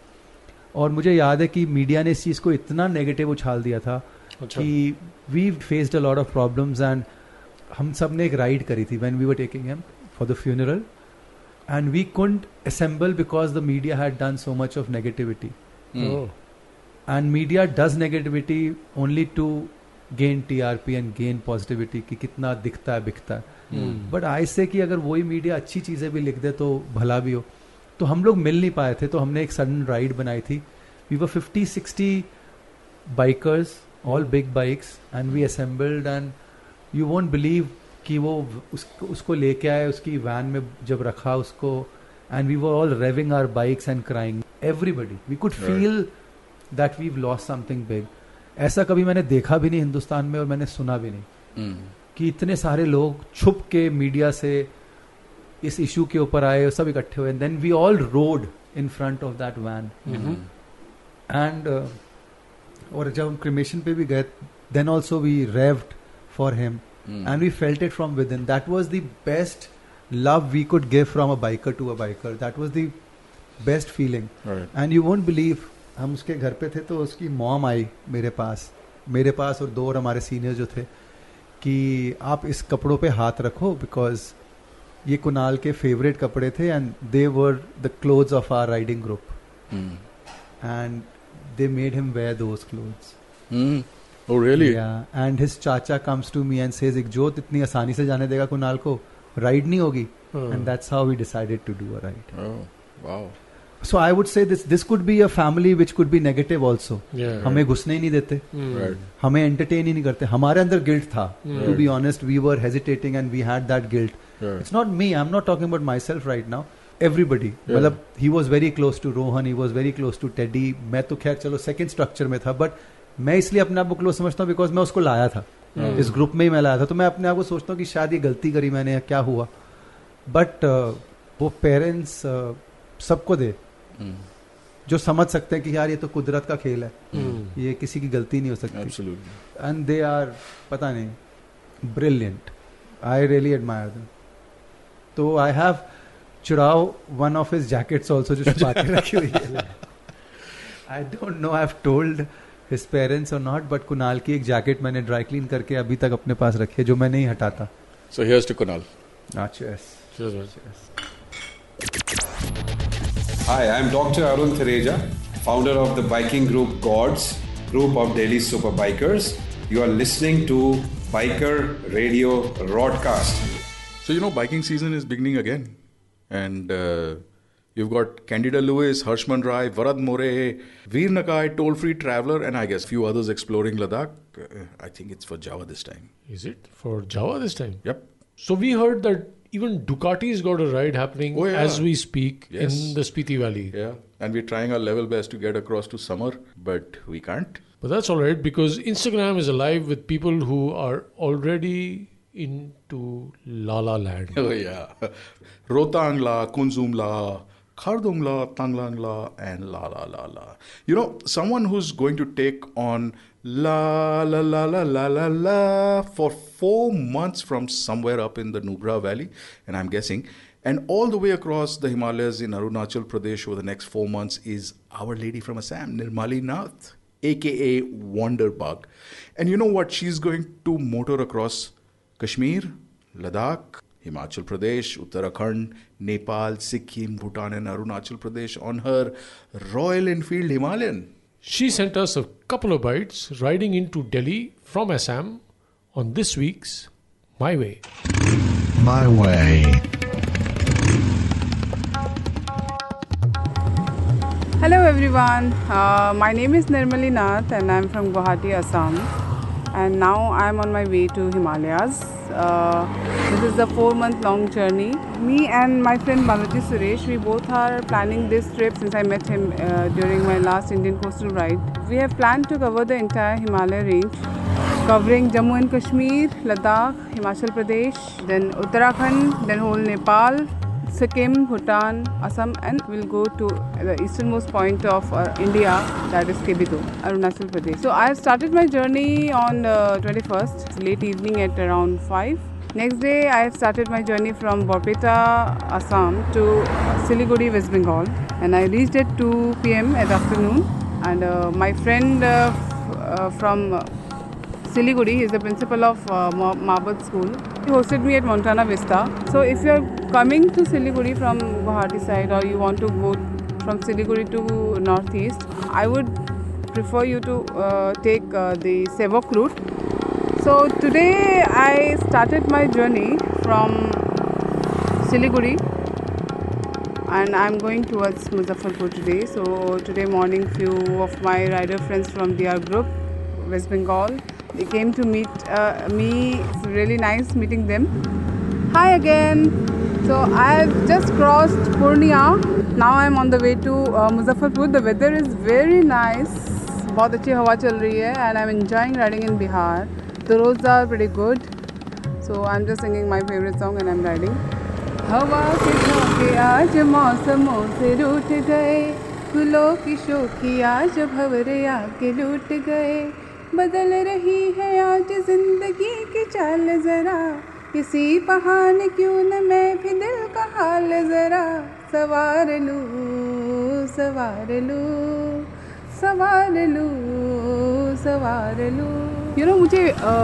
और मुझे याद है कि मीडिया ने इस चीज़ को इतना नेगेटिव उछाल दिया था अच्छा कि we faced a lot of problems and हम सब ने एक राइड करी थी when we were taking him for the funeral and we could assemble because the media had done so much of negativity Mm. Mm. Oh. And media does negativity only to gain T R P and gain positivity कि कितना दिखता है बिकता Mm. है but I say कि अगर वही media अच्छी चीज़ें भी लिख दे तो भला भी हो तो हम लोग मिल नहीं पाए थे तो हमने एक सडन राइड बनाई थी we were fifty sixty bikers, all big bikes, and we assembled. And you won't believe कि वो उसको उसको लेके आए उसकी वैन में जब रखा उसको and we were all revving our bikes and crying everybody we could feel that we lost something big ऐसा कभी मैंने देखा भी नहीं हिंदुस्तान में और मैंने सुना भी नहीं Mm. कि इतने सारे लोग छुप के मीडिया से इस इशू के ऊपर आए और सब इकट्ठे हुए then we all rode in front of that van and uh, और जब हम क्रिमेशन पे भी गए then also we revved for him Mm. Hmm. and we felt it from within that was the best love we could give from a biker to a biker that was the best feeling Right. and you won't believe हम उसके घर पे थे तो उसकी mom I मेरे पास मेरे पास और दो और हमारे सीनियर जो थे कि आप इस कपड़ों पे हाथ रखो बिकॉज ये कुणाल के फेवरेट कपड़े थे and they were the clothes of our riding group Mm. And they made him wear those clothes Hmm. Oh, really? And his चाचा comes to me and says Ikjot इतनी आसानी से जाने देगा कुणाल को राइड नहीं होगी Hmm. Uh, and that's how we decided to do a ride Oh, wow. So I would say this this could be a family which could be negative also Yeah. हमें घुसने ही नहीं देते Mm. Right. हमें entertain ही नहीं करते हमारे अंदर गिल्ट था to be honest we were hesitating and we had that guilt Yeah. It's not me I am not talking about myself right now everybody मतलब he was very close to Rohan he was very close to Teddy मैं तो खैर चलो second structure में था but मैं इसलिए अपने आप को क्लोज समझता हूँ बिकॉज मैं उसको लाया था इस ग्रुप में ही मैं लाया था तो मैं अपने आप को सोचता हूँ कि शायद ये गलती करी मैंने या क्या हुआ बट वो पेरेंट्स सबको दे Mm. जो समझ सकते हैं कि यार ये तो कुदरत का खेल है Hmm. ये किसी की गलती नहीं हो सकती Absolutely. and they are पता नहीं brilliant I really admire them तो I have चुराव one of his jackets also जो छुपा के रखी हुई है I don't know I've told his parents or not but Kunal की एक जैकेट मैंने ड्राई क्लीन करके अभी तक अपने पास रखी है जो मैं नहीं हटाता So here's to Kunal. Cheers. Cheers, man. Hi, I'm Dr. Arun Thereja, founder of the biking group Gods, group of Delhi super bikers. You are listening to Biker Radio Broadcast. So you know, biking season is beginning again, and uh, you've got Candida Lewis, Harshman Rai, Varad More, Veer Nakai, Toll Free Traveler, and I guess few others exploring Ladakh. Uh, I think it's for Java this time. Is it for Java this time? Yep. So we heard that even Ducati's got a ride happening Oh, yeah. as we speak Yes. in the Spiti Valley. Yeah, and we're trying our level best to get across to summer, but we can't. But that's all right because Instagram is alive with people who are already into La La Land. Oh yeah, Rotangla, Kunzumla, Khardumla, Tanglangla, and La La La La. You know, someone who's going to take on La La La La La La La for four months from somewhere up in the Nubra Valley, and I'm guessing, and all the way across the Himalayas in Arunachal Pradesh over the next four months is Our Lady from Assam, Nirmali Nath, aka Wanderbug. And you know what? She's going to motor across Kashmir, Ladakh, Himachal Pradesh, Uttarakhand, Nepal, Sikkim, Bhutan, and Arunachal Pradesh on her Royal Enfield Himalayan. She sent us a couple of bites riding into Delhi from Assam on this week's My Way. My way. Hello everyone, uh, my name is Nirmali Nath and I'm from Guwahati, Assam. And now I'm on my way to Himalayas. Uh, this is a four month long journey. Me and my friend Balaji Suresh, we both are planning this trip since I met him uh, during my last Indian coastal ride. We have planned to cover the entire Himalaya range covering Jammu and Kashmir, Ladakh, Himachal Pradesh, then Uttarakhand, then whole Nepal, Sikkim, Bhutan, Assam, and we'll go to the easternmost point of uh, India, that is Kebido, Arunachal Pradesh. So I have started my journey on uh, 21st, late evening at around 5. Next day, I have started my journey from Borpeta, Assam to Siliguri, West Bengal, and I reached at 2 p.m. at afternoon. And uh, my friend uh, f- uh, from uh, Siliguri. He is the principal of uh, Ma- Mabad School. He hosted me at Montana Vista. So if you are coming to Siliguri from Guwahati side or you want to go from Siliguri to Northeast, I would prefer you to uh, take uh, the Sevok route. So today I started my journey from Siliguri and I'm going towards Muzaffarpur today. So today morning, few of my rider friends from DR Group, West Bengal, They came to meet uh, me. It's really nice meeting them. Hi again. So I've just crossed Purnia. Now I'm on the way to uh, Muzaffarpur. The weather is very nice. बहुत अच्छी हवा चल रही है and I am enjoying riding in Bihar the roads are very good so I am just singing my favourite song and I am riding हवा के झोंके आज मौसमों से रूठ गए गुलों की शोखिया जब भवरे आके लूट गए बदल रही है आज जिंदगी की चाल जरा किसी बहाने क्यों न मैं भी दिल का हाल जरा सवार लू सवार लू सवार लू सवार लू यू नो मुझे अ,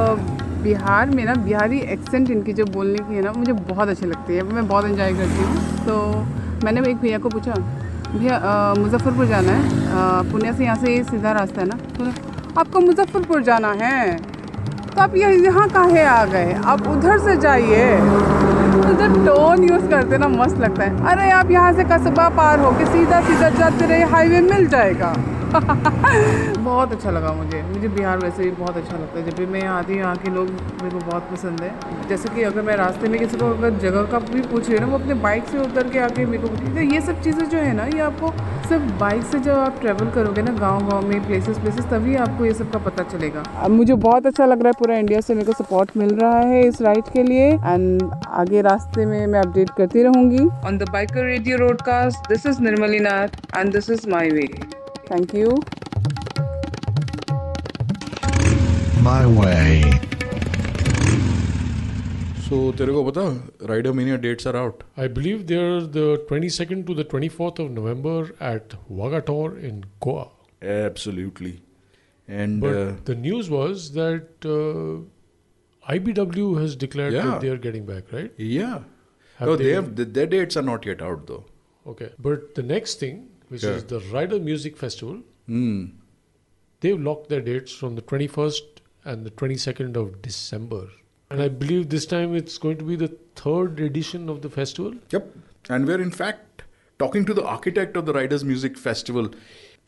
बिहार में ना बिहारी एक्सेंट इनकी जो बोलने की है ना मुझे बहुत अच्छी लगती है मैं बहुत इन्जॉय करती हूँ तो मैंने एक भैया को पूछा भैया अ, मुजफ्फरपुर जाना है अ, पुणे से यहाँ से ये सीधा रास्ता है ना तो बोले, आपको मुजफ्फरपुर जाना है तो आप ये यहाँ काहे आ गए आप उधर से जाइए तो जब टोन यूज़ करते हैं ना मस्त लगता है अरे आप यहाँ से कस्बा पार हो के सीधा सीधा जाते रहे हाईवे मिल जाएगा बहुत अच्छा लगा मुझे मुझे बिहार वैसे भी बहुत अच्छा लगता है जब भी मैं यहाँ आती हूँ यहाँ के लोग मेरे को बहुत पसंद है जैसे कि अगर मैं रास्ते में किसी को अगर जगह का भी पूछ रही हूँ ना वो अपने बाइक से उतर के आके मेरे को पूछती है। तो ये सब चीज़ें जो है ना ये आपको सिर्फ बाइक से जब आप ट्रैवल करोगे ना गाँव गाँव में प्लेसेस प्लेसेस तभी आपको ये सब का पता चलेगा अब मुझे बहुत अच्छा लग रहा है पूरा इंडिया से मेरे को सपोर्ट मिल रहा है इस राइड के लिए एंड आगे रास्ते में मैं अपडेट करती रहूँगी on the biker radio roadcast this is Nirmali Nath and this is my way thank you My way. So तेरे को पता rider mania dates are out I believe they're the 22nd to the 24th of November at Wagator in Goa. Absolutely and But the news was that uh, IBW has declared Yeah. that they are getting back, right? Yeah. Have no, they- they have the, their dates are not yet out though. Okay. But the next thing, which Yeah. is the Rider Music Festival, Hmm. they've locked their dates from the 21st and the 22nd of December. And I believe this time it's going to be the third edition of the festival. Yep. And we're in fact talking to the architect of the Riders Music Festival.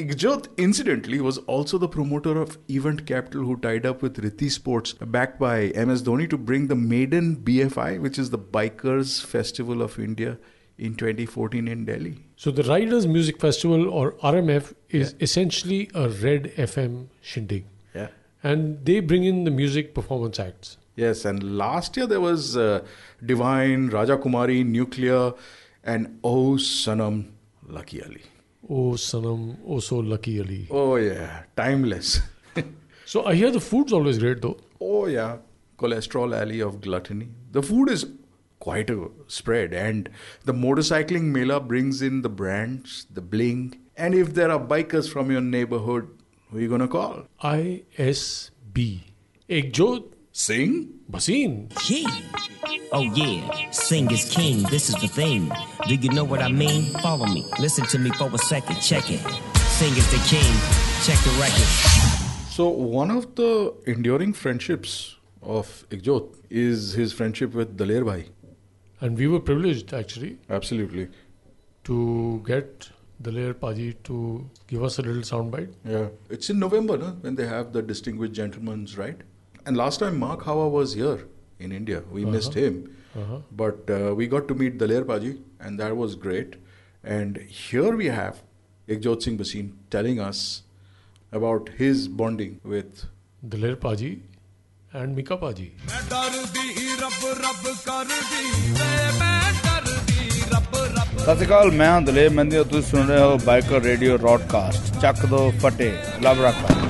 Ikjot, incidentally, was also the promoter of Event Capital, who tied up with Riti Sports, backed by MS Dhoni, to bring the maiden BFI, which is the Bikers Festival of India, in 2014 in Delhi. So the Riders Music Festival or RMF is essentially a Red FM shindig. Yeah. And they bring in the music performance acts. Yes, and last year there was uh, Divine, Raja Kumari, Nuclear, and Oh Sanam Lucky Ali. Oh Sanam, oh so lucky Ali. Oh, yeah, timeless. So I hear the food's always great though. Oh, yeah. Cholesterol Alley of Gluttony. The food is quite a spread, and the motorcycling Mela brings in the brands, the bling, and if there are bikers from your neighborhood, who are you gonna call? ISB. Ekjot. Singh. Baseen. Yeah. Oh yeah, sing is king, this is the thing. Do you know what I mean? Follow me, listen to me for a second, check it. Sing is the king, check the record. So, one of the enduring friendships of Ikjot is his friendship with Daler Bhai. And we were privileged actually Absolutely. to get the Lair Paji to give us a little soundbite. Yeah. It's in November na, when they have the Distinguished Gentlemen's, right? And last time Mark Hawa was here in India. We missed Uh-huh. him. Uh-huh. But uh, we got to meet Daler Paji, and that was great. And here we have Ikjot Singh Basin telling us about his bonding with. The Lair Paji and Mika Paji. ਮੈਂ ਡਰਦੀ ਰੱਬ ਰੱਬ ਕਰਦੀ ਮੈਂ ਮੈਂ ਡਰਦੀ ਰੱਬ ਰੱਬ ਸਤਿ ਸ਼੍ਰੀ ਅਕਾਲ ਮੈਂ ਹਾਂ ਦਲੇਰ ਮਹਿੰਦੀ ਔਰ ਤੁਸੀਂ ਸੁਣ ਰਹੇ ਹੋ ਬਾਈਕਰ ਰੇਡੀਓ ਰੋਡਕਾਸਟ ਚੱਕ ਦੋ ਫਟੇ ਲਵ ਰੱਖਾ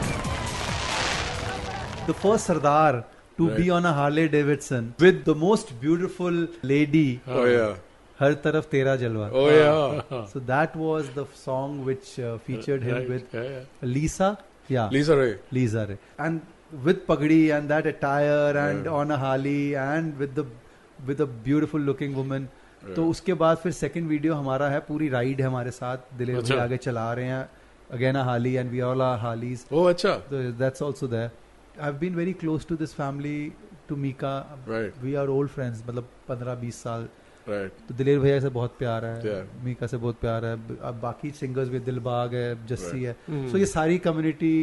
the first Sardar to be on a Harley Davidson with the most beautiful lady. Oh, yeah. Har taraf tera jalwa. Oh, yeah. So that was the f- song which uh, featured him Right. with Yeah, yeah. Lisa. Yeah. Lisa Ray. Lisa Ray. And with pagdi and that attire and on a Harley and with the with a beautiful looking woman. तो उसके बाद फिर second video हमारा है पूरी ride है हमारे साथ दिलेर भाई अच्छा। आगे चला रहे हैं again a Harley and we all are Harleys. Oh, acha. That's also there. I've been very close to this family, to Mika. Right. We are old friends, मतलब 15-20 साल. Right. तो दिलेर भैया से बहुत प्यार है Yeah. मीका से बहुत प्यार है अब बाकी सिंगर्स भी दिलबाग है जस्सी Right. है Hmm. सो ये सारी कम्युनिटी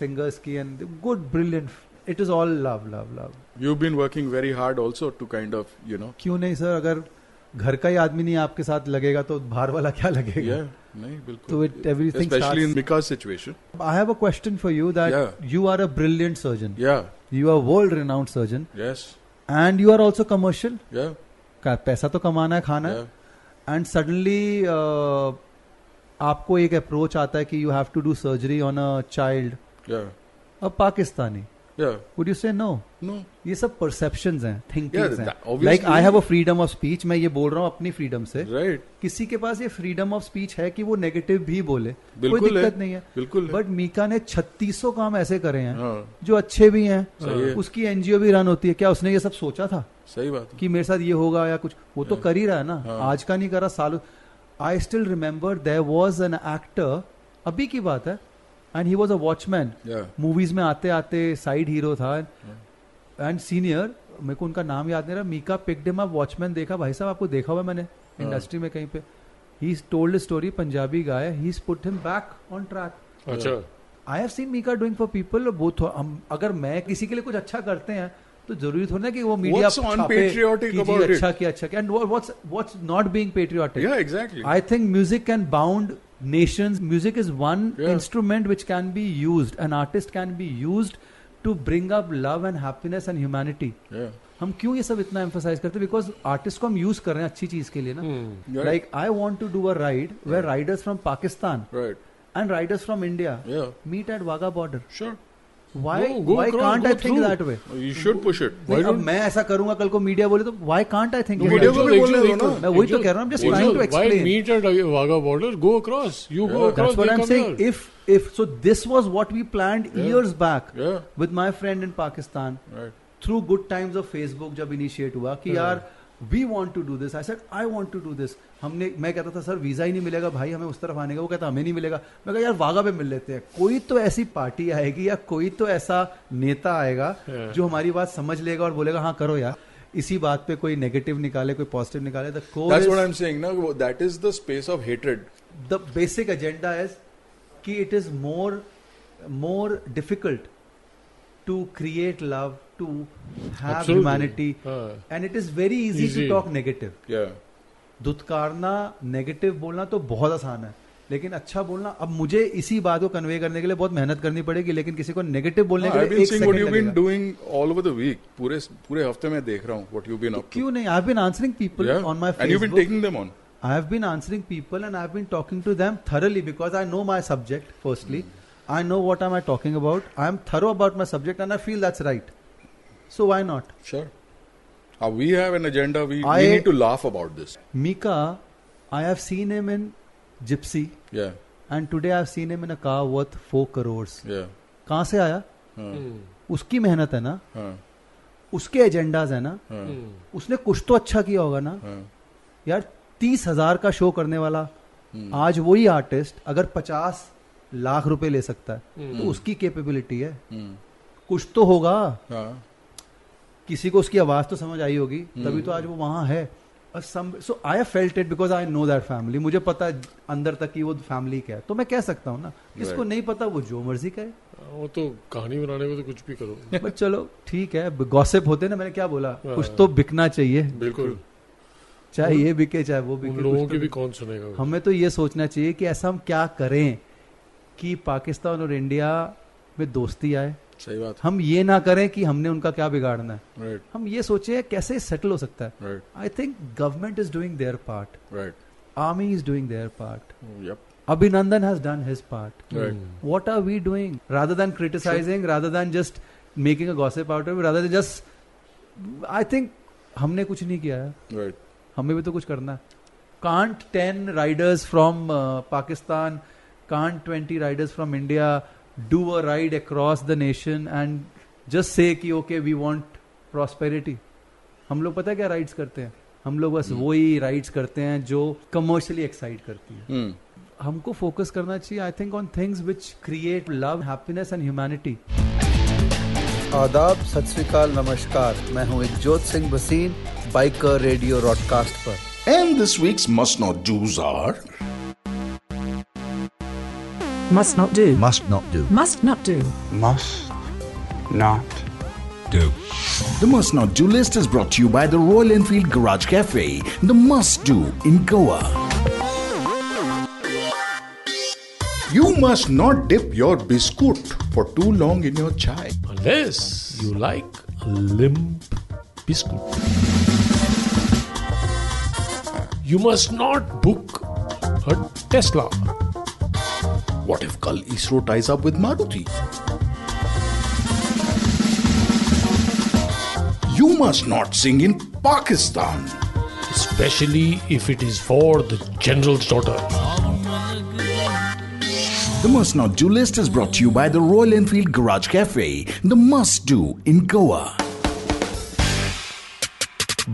सिंगर्स की and good brilliant it is all love, love, love. You've been working very hard also to kind of, you know. क्यों नहीं सर अगर घर का ही आदमी नहीं आपके साथ लगेगा तो बाहर वाला क्या लगेगा Yeah, नहीं बिल्कुल. तो it everything Especially in starts. Mika's situation. I have a question for you that Yeah. you are a brilliant surgeon. Yeah. You are world renowned surgeon. Yes. And you are also commercial. Yeah. का पैसा तो कमाना है खाना है and suddenly uh, आपको एक approach आता है कि you have to do surgery on a child Yeah. A Pakistani Yeah. Would you say no No. ये सब परसेप्शंस हैं Yeah, थिंकिंग्स that- हैं obviously- like I have a freedom of speech मैं ये बोल रहा हूँ अपनी फ्रीडम से राइट किसी के पास ये फ्रीडम ऑफ स्पीच है कि वो नेगेटिव भी बोले कोई बिल्कुल है, दिक्कत नहीं है बिल्कुल है। बट मीका ने 3600 काम ऐसे करे हैं Ah. हाँ। जो अच्छे भी हैं सही है। उसकी एनजीओ भी रन होती है क्या उसने ये सब सोचा था सही बात है। कि मेरे साथ ये होगा या कुछ वो हाँ। तो कर ही रहा है ना आज का नहीं करा सालों I still remember there was an actor अभी की बात है and he was a watchman Yeah. Movies में आते आते साइड हीरो था एंड सीनियर मेरे को उनका नाम याद नहीं रहा मीका पिकडम आप वॉचमैन देखा भाई साहब आपको देखा हुआ है मैंने हाँ। इंडस्ट्री में कहीं पे he told story Punjabi guy he put him back on track अच्छा। I have seen Mika doing for people वो थो- हम अगर मैं किसी के लिए कुछ अच्छा करते हैं तो जरूरी थोड़ी ना कि वो media What's unpatriotic about it? अच्छा किया अच्छा किया and what's what's not being patriotic Yeah, exactly. I think music can bound nations music is one instrument which can be used an artist can be used to bring up love and happiness and humanity Yeah. हम क्यों ये सब इतना emphasize करते because artist को हम use कर रहे हैं अच्छी चीज के लिए ना Right. Like I want to do a ride where riders from Pakistan Right. And riders from India meet at Wagah border sure Why, Go- go why across, can't go I think through. that way? You should push it. नहीं, अब मैं ऐसा करूंगा कल को media बोले तो why can't I think No, that media way? को भी बोलने दो ना। मैं वही तो कह रहा हूँ I'm just trying to explain. meet at Wagah border? Go across. You go across. That's what they I'm come saying. here. If if so, this was what we planned Yeah. years back Yeah. with my friend in Pakistan Right. through good times of Facebook जब initiate हुआ कि Yeah. यार we want to do this. I said I want to do this. हमने मैं कहता था sir visa ही नहीं मिलेगा भाई हमें उस तरफ आने का वो कहता हमें नहीं मिलेगा मैं कहा यार वागा पे मिल लेते हैं कोई तो ऐसी पार्टी आएगी या कोई तो ऐसा नेता आएगा Yeah. जो हमारी बात समझ लेगा और बोलेगा हाँ करो यार इसी बात पे कोई नेगेटिव निकाले कोई पॉजिटिव निकाले the core That's what I'm saying. Now that is the space of hatred. the basic agenda is कि it is more more difficult to create love to have Absolutely. humanity हाँ. and it is very easy, Easy. to talk negative Yeah. दुत्कारना negative बोलना तो बहुत आसान है लेकिन अच्छा बोलना अब मुझे इसी बात को कन्वे करने के लिए बहुत मेहनत करनी पड़ेगी लेकिन किसी को नेगेटिव बोलने No, के हाँ, I've लिए been एक seeing what second you've been लगेगा doing all over the week. पूरे पूरे हफ्ते में देख रहा हूँ what you've been up to. तो क्यों नहीं I have been answering people Yeah. On my And you've been taking them on. I have been answering people and I have been talking to them thoroughly because I know my subject firstly. I know what am I talking about. I am thorough about my subject and I feel that's right. So why not? Sure. Uh, we have an agenda. We, I- we need to laugh about this. Mika, I have seen him in Gypsy Yeah. and today I have seen him in a car worth 4 crores. Yeah. कहाँ से आया हाँ। Hmm. उसकी मेहनत है ना हाँ। उसके एजेंडाज है ना हाँ। Hmm. उसने कुछ तो अच्छा किया होगा ना यार तीस हजार का शो करने वाला Hmm. आज वही आर्टिस्ट अगर पचास लाख रुपए ले सकता है Hmm. हम्म। तो उसकी कैपेबिलिटी है Hmm. कुछ तो होगा हाँ। किसी को उसकी आवाज तो समझ आई होगी हम्म। Hmm. तभी तो आज वो वहां है so I felt it because I know that family मुझे पता है अंदर तक कि वो फैमिली क्या है तो मैं कह सकता हूँ ना जिसको Right. नहीं पता वो जो मर्जी कहे वो तो कहानी बनाने को तो कुछ भी करो बट चलो ठीक है गॉसिप होते ना मैंने क्या बोला हाँ। कुछ तो बिकना चाहिए बिल्कुल चाहे ये बिके चाहे वो उन बिके लोगों कुछ तो की भी बिके। कौन सुनेगा हमें तो ये सोचना चाहिए कि ऐसा हम क्या करें कि पाकिस्तान और इंडिया में दोस्ती आए सही बात है। हम ये ना करें कि हमने उनका क्या बिगाड़ना है Right. हम ये सोचे कैसे सेटल हो सकता है Right. I think government is doing their part Right. Army is doing their part Yep. Abhinandan has done his part. Right. What are we doing? Rather than criticizing, rather than just making a gossip out of it, rather than just, I think हमने कुछ नहीं किया है Right. हमें भी तो कुछ करना है can't ten riders from Pakistan can't twenty riders from India do a ride across the nation and just say कि ओके वी वांट प्रॉस्पेरिटी हम लोग पता है क्या राइड्स करते हैं हम लोग बस वो ही राइड्स करते हैं जो कमर्शियली एक्साइट करती है Hmm. हमको फोकस करना चाहिए I think on things which create love happiness and humanity आदाब सत श्रीकाल नमस्कार मैं हूँ Ikjot Singh Bhasin biker radio roadcast पर And this week's must not do's are Must not do. Must not do. Must not do. Must not do. The must not do list is brought to you by the Royal Enfield Garage Cafe, the must do in Goa. You must not dip your biscuit for too long in your chai. Unless you like a limp biscuit. You must not book a Tesla. What if Kal ISRO ties up with Maruti? You must not sing in Pakistan. Especially if it is for the general's daughter. The must not do list is brought to you by the Royal Enfield Garage Cafe, the must do in Goa.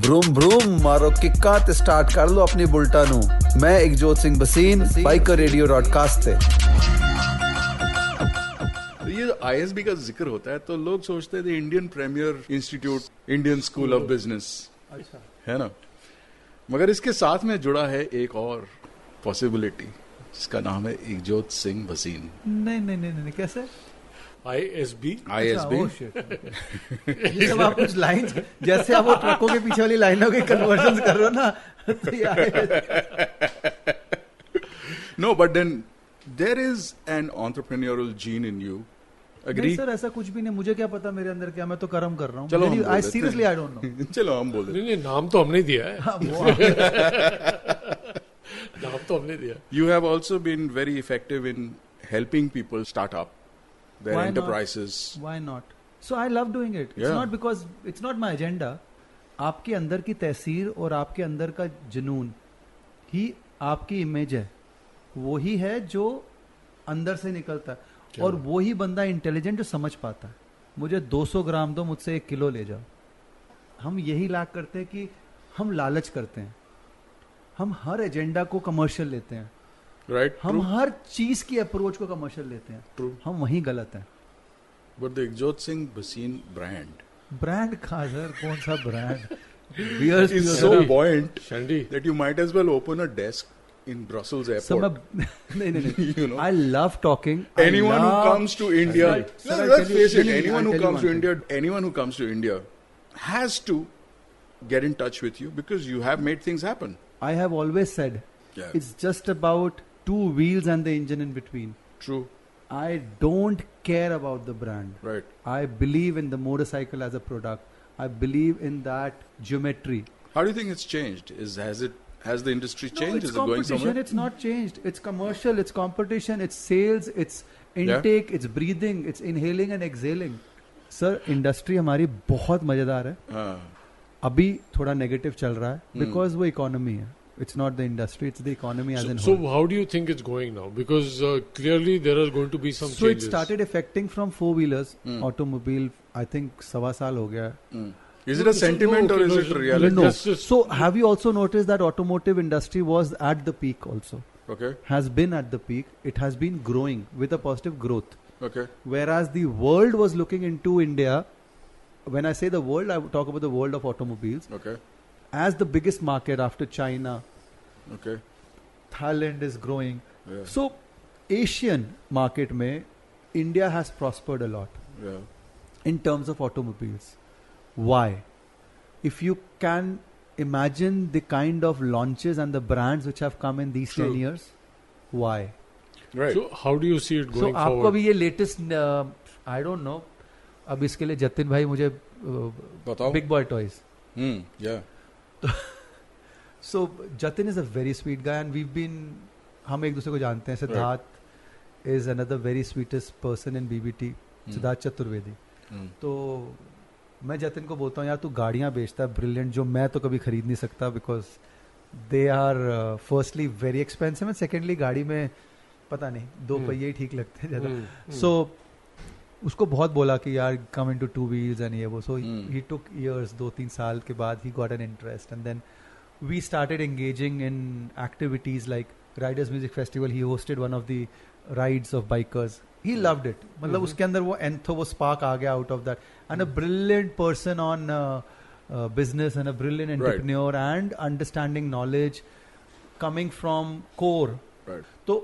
ਬਰੂਮ ਬਰੂਮ ਮਾਰੋ ਕਿੱਕਾ ਤੇ start ਕਰ ਲਓ ਆਪਣੀ ਬੁਲਟਾ ਨੂੰ ਮੈਂ Ikjot Singh Bhasin biker radio roadcast ਤੇ ये आईएसबी का जिक्र होता है तो लोग सोचते थे Indian premier institute Indian school of business अच्छा है ना मगर इसके साथ में जुड़ा है एक और पॉसिबिलिटी जिसका नाम है इकजोत सिंह भसीन नहीं नहीं नहीं नहीं कैसे ISB. ISB. Oh, shit. ये सब आप कुछ लाइन जैसे आप वो ट्रकों के पीछे वाली लाइनों के कन्वर्जन कर रहे हो ना तो ये- No, but then there is an entrepreneurial gene in you. नहीं Agree? सर ऐसा कुछ भी नहीं मुझे क्या पता मेरे अंदर क्या मैं तो कर्म कर रहा हूँ चलो हम बोल आई देते हैं। सीरियसली आई डोंट नो चलो हम बोल नहीं नहीं नाम तो हमने दिया है हाँ, नाम तो हमने दिया You have also been very effective in helping people start up their Why not? enterprises. why not so i love doing it it's Yeah. not because it's not my agenda आपके अंदर की तहसीर और आपके अंदर का जुनून ही आपकी इमेज है वो ही है जो अंदर से निकलता है और वो ही बंदा इंटेलिजेंट जो समझ पाता है मुझे 200 ग्राम दो मुझसे एक किलो ले जाओ हम यही लाग करते हैं कि हम लालच करते हैं हम हर एजेंडा को कमर्शियल लेते हैं Right? हम True? हर चीज की अप्रोच को कमर्शियल लेते हैं हम वहीं गलत हैं But the Ikjot Singh Bhasin brand brand कहाँ सर कौन सा brand is so buoyant Shandi. that you might as well open a desk in Brussels So airport. मैं नहीं नहीं नहीं I love talking. I anyone love- who comes to India, Right. Sir, No, I'll let's tell you- face it, no, no, no, anyone I'll who tell you comes one to India, anyone who comes to India has to get in touch with you because you have made things happen. I have always said, Yeah. it's just about two wheels and the engine in between. True. I don't care about the brand. Right. I believe in the motorcycle as a product. I believe in that geometry. How do you think it's changed? Is has it has the industry No, changed? it's Is it going competition. somewhere? It's not changed. It's commercial. It's competition. It's sales. It's intake. It's breathing. It's inhaling and exhaling. Sir industry हमारी बहुत मजेदार है हाँ, अभी थोड़ा negative चल रहा है Hmm. बिकॉज वो इकोनॉमी है it's not the industry it's the economy as an So, so how do you think it's going now? Because uh, clearly there are going to be some so it changes. Started affecting from four wheelers automobile I think सवा साल हो गया है Hmm. Is it a sentiment or is it a reality? No. So have you also noticed that automotive industry was at the peak also? Okay. Has been at the peak. It has been growing with a positive growth. Okay. Whereas the world was looking into India. When I say the world, I would talk about the world of automobiles. Okay. As the biggest market after China, Okay. Thailand is growing. Yeah. So Asian market में India has prospered a lot. Yeah. in terms of automobiles. Why? If you can imagine the kind of launches and the brands which have come in these True. 10 years, why? Right. So how do you see it So going आपको forward? अभी ये uh, latest I don't know अब इसके लिए जतिन भाई मुझे uh, बताओ। Big boy toys Hmm. Yeah. So Jatin is a very sweet guy and we been हम एक दूसरे को जानते हैं Siddharth is another very sweetest person in BBT Siddharth Chaturvedi Hmm. तो मैं जतिन को बोलता हूँ यार तू गाड़ियाँ बेचता है ब्रिलियंट जो मैं तो कभी खरीद नहीं सकता because they are firstly very expensive and secondly गाड़ी में पता नहीं दो Hmm. पहिए ही ठीक लगते हैं Hmm, ज़्यादा hmm. सो उसको बहुत बोला कि यार come in to two wheels and ये वो so Hmm. He took years दो तीन साल के बाद ही got an interest and then we started engaging in activities like riders music festival he hosted one of the rides of bikers he Hmm. Loved it मतलब उसके अंदर वो एंथो वो स्पार्क आ गया out of that and a Hmm. Brilliant person on uh, business and a brilliant Right. Entrepreneur and understanding knowledge coming from core Right. तो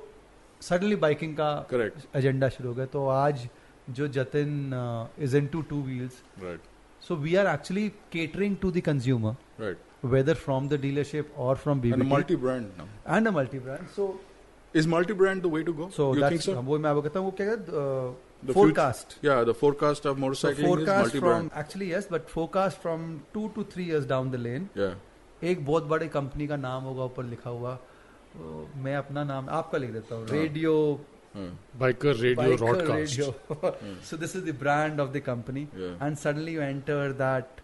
suddenly biking का Correct. uh, एजेंडा शुरू हो गया तो आज जो Jatin is in to two wheels Right. So we are actually catering to the consumer, Right. whether from the dealership or from BBT. And a multi-brand now. And a multi-brand. So Is multi-brand the way to go? So you that's think so? वो मैं आपको कहता हूँ वो क्या कहते The हैं fut- forecast yeah, the forecast of So motorcycling is forecast multi-brand. from actually yes, but forecast from two to three years down the lane. Yeah. एक बहुत बड़े कंपनी का नाम होगा ऊपर लिखा हुआ अ, मैं अपना नाम आपका लिख देता हूँ हाँ. रेडियो हाँ. Biker Radio Rodcast. So this is the brand of the company Yeah. And suddenly you enter that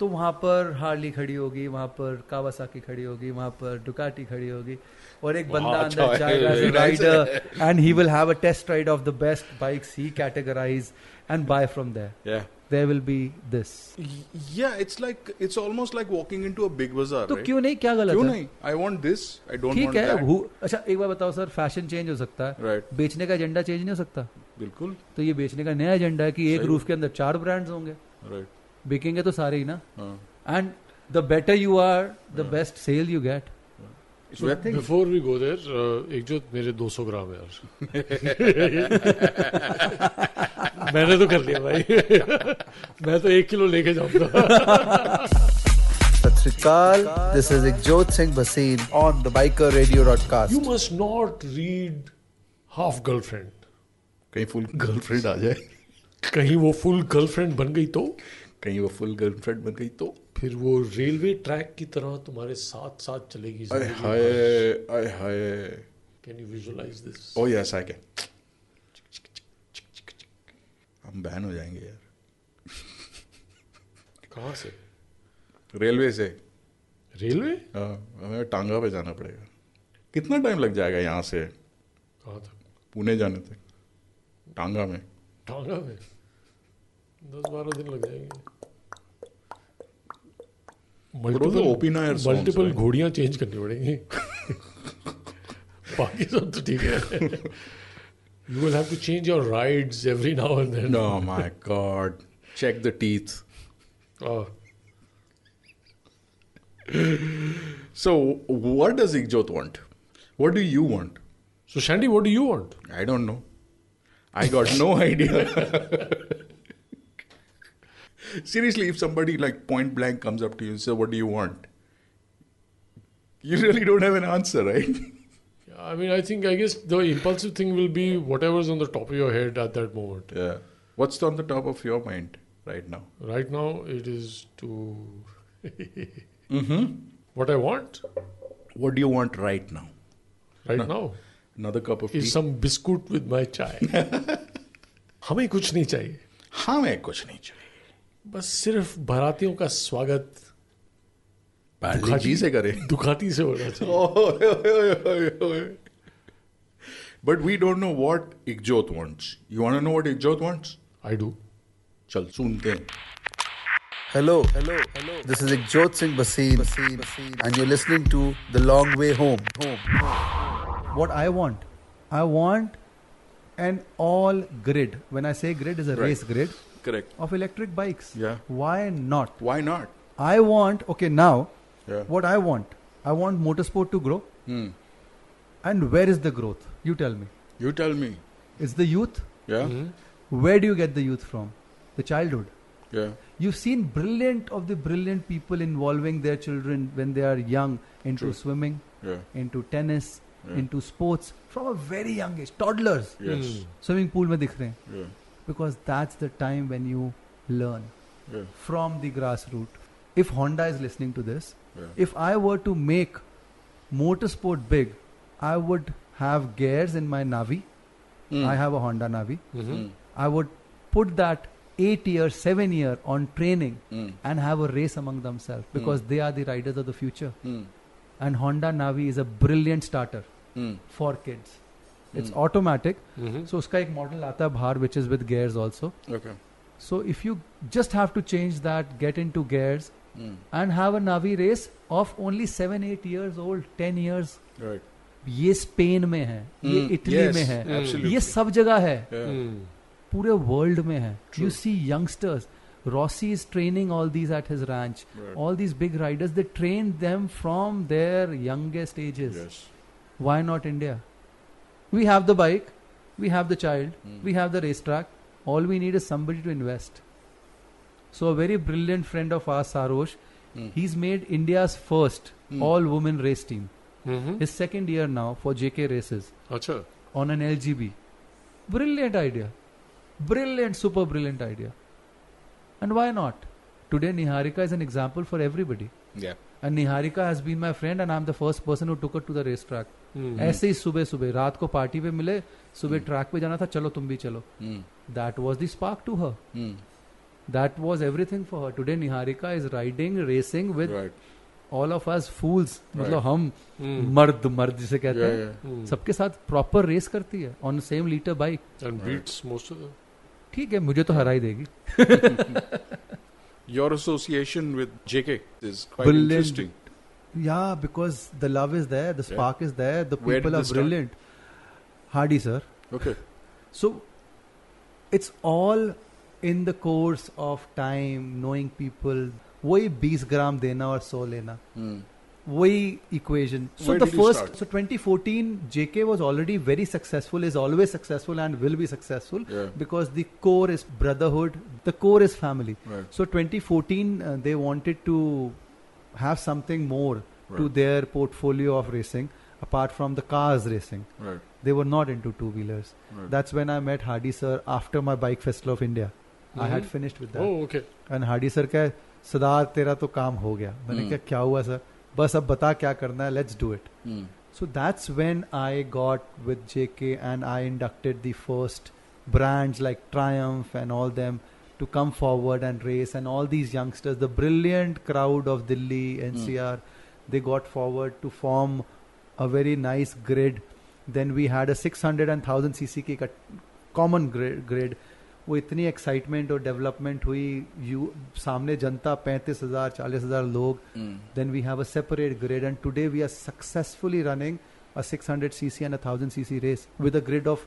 तो वहाँ पर हार्ली खड़ी होगी वहाँ पर कावासाकी खड़ी होगी वहाँ पर डुकाटी खड़ी होगी और एक बंदा वाह, अंदर अच्छा है, जाएगा nice राइडर है। And he will have a test ride of the best bikes he categorize and buy from there Yeah. There will be this Yeah, it's like it's almost like walking into a big bazaar. तो right? क्यों नहीं क्या गलत क्यों है नहीं? I want this. I don't ठीक want है that. who- अच्छा एक बार बताओ सर फैशन चेंज हो सकता है Right. बेचने का एजेंडा चेंज नहीं हो सकता बिल्कुल तो ये बेचने का नया एजेंडा है कि एक सही रूफ के अंदर चार ब्रांड्स होंगे Right. बिकेंगे तो सारे ही ना हाँ. And the better you are the best sale you get before we go there एक जो uh, मेरे 200 ग्राम है यार मैंने तो कर लिया भाई मैं तो एक किलो लेके जाऊंगा Sat Sri Akal, this is Ikjot Singh Basin on the Biker Radio Broadcast. You must not read half girlfriend. कहीं फुल गर्लफ्रेंड आ जाए कहीं वो फुल गर्लफ्रेंड बन गई तो कहीं वो फुल गर्लफ्रेंड बन गई तो फिर वो रेलवे ट्रैक की तरह तुम्हारे साथ साथ चलेगी अरे हाय आय हाय Oh, can you visualize this oh yes I can हम बैन हो जाएंगे यार कहाँ से रेलवे से रेलवे हाँ, हमें टांगा पे जाना पड़ेगा कितना टाइम लग जाएगा यहाँ से कहाँ तक पुणे जाने तक टांगा में टांगा में दस बारह दिन लग जाएंगे Those are Opie Nair songs, multiple right? घोड़ियां चेंज करनी पड़ेंगी बाकी सब तो ठीक है you will have to change your rides every now and then No, my God. Check the teeth. Oh. So, what does Ikjot want? What do you want? So, Shandy, what do you want? I don't know. I got no idea. Seriously, if somebody like point blank comes up to you and says, What do you want? You really don't have an answer, right? I mean, I think, I guess the impulsive thing will be whatever's on the top of your head at that moment. Yeah. What's on the top of your mind right now? Right now, it is to. Mhm. What I want What do you want right now? right No. now Another cup of tea. is some biscuit with my chai. हमें कुछ नहीं चाहिए हमें कुछ नहीं चाहिए बस सिर्फ बारातियों का स्वागत पार्ले जी से करें दुखाती से होना Oh. चाहिए but we don't know what Ikjot wants. You want to know what Ikjot wants? I do. चल सुनते हैं Hello, hello, hello. This is Ikjot Singh Basin, and you're listening to The Long Way Home. what I want. I want an all grid. When I say grid is a Right. race grid Correct. of electric bikes. Yeah. Why not? Why not? I want okay now Yeah. what I want. I want motorsport to grow. Hmm. And where is the growth? You tell me. You tell me. It's the youth. Yeah. Mm-hmm. Where do you get the youth from? The childhood. Yeah. You've seen brilliant of the brilliant people involving their children when they are young into True. swimming, Yeah. into tennis, Yeah. into sports from a very young age. Toddlers Yes. Hmm. swimming pool में दिख रहे हैं Yeah. because that's the time when you learn Yeah. from the grassroots. If Honda is listening to this, Yeah. if I were to make motorsport big, I would have gears in my Navi. Hmm. I have a Honda Navi. Hmm. I would put that eight year, seven year on training Hmm. and have a race among themselves because Hmm. they are the riders of the future. Hmm. And Honda Navi is a brilliant starter Hmm. for kids. It's Hmm. automatic. Mhm. So उसका एक model आता है बाहर which is with gears also. Okay. So if you just have to change that, get into gears Hmm. and have a Navi race of only 7 8 years old, 10 years Right. ये Spain में है ये Hmm. Italy Yes, में है absolutely. ये सब जगह है Yeah. Hmm. पूरे वर्ल्ड में है you see youngsters Rossi is training all these at his ranch. Right. All these big riders, they train them from their youngest ages. Yes. Why not India? We have the bike, Hmm. we have the child, we have the racetrack. All we need is somebody to invest. So a very brilliant friend of ours, Sarosh, Hmm. he's made India's first all-women race team. Mm-hmm. His second year now for JK races Acha. on an LGB. Brilliant idea. Brilliant, super brilliant idea. And why not? Today, Niharika is an example for everybody. Yeah. And Niharika has been my friend, and I'm the first person who took her to the race track. Hmm. ऐसे ही सुबह सुबह रात को party पे मिले सुबह track पे जाना था चलो तुम भी चलो Hmm. That was the spark to her Hmm. that was everything for her today niharika is riding racing with all of us fools Right. मतलब हम Hmm. मर्द मर्द जिसे कहते Yeah, हैं yeah. Hmm. सबके साथ प्रॉपर रेस करती है on same litre bike And beats most of them. ठीक है मुझे तो हराई देगी Your association with JK is quite Brilliant. interesting. Yeah, because the love is there, the Yeah. spark is there, the Where did people are this start? brilliant. Hardy sir. Okay. So it's all in the course of time, knowing people. वही 20 ग्राम देना और 100 लेना Hmm. वही equation. So Where the did you first, start? so 2014, JK was already very successful, is always successful and will be successful Yeah. because the core is brotherhood, the core is family. Right. So 2014, uh, they wanted to have something more to Right. their portfolio of racing apart from the cars racing. Right. They were not into two wheelers. Right. That's when I met Hardy sir after my Bike Festival of India. I had Mhm. finished with that. Oh, okay. And Hardy sir क्या है, सदार तेरा तो काम हो गया मैंने Hmm. क्या क्या हुआ सर बस अब बता क्या करना है let's do it Hmm. So that's when I got with JK and I inducted the first brands like Triumph and all them to come forward and race and all these youngsters the brilliant crowd of Delhi NCR they got forward to form a very nice grid then we had a 600 and 1000 CC की common grid वो इतनी excitement और development हुई you सामने जनता पैंतीस हजार चालीस हजार लोग Hmm. Mm. then we have a separate grid and today we are successfully running a 600 cc and a 1000 cc race with a grid of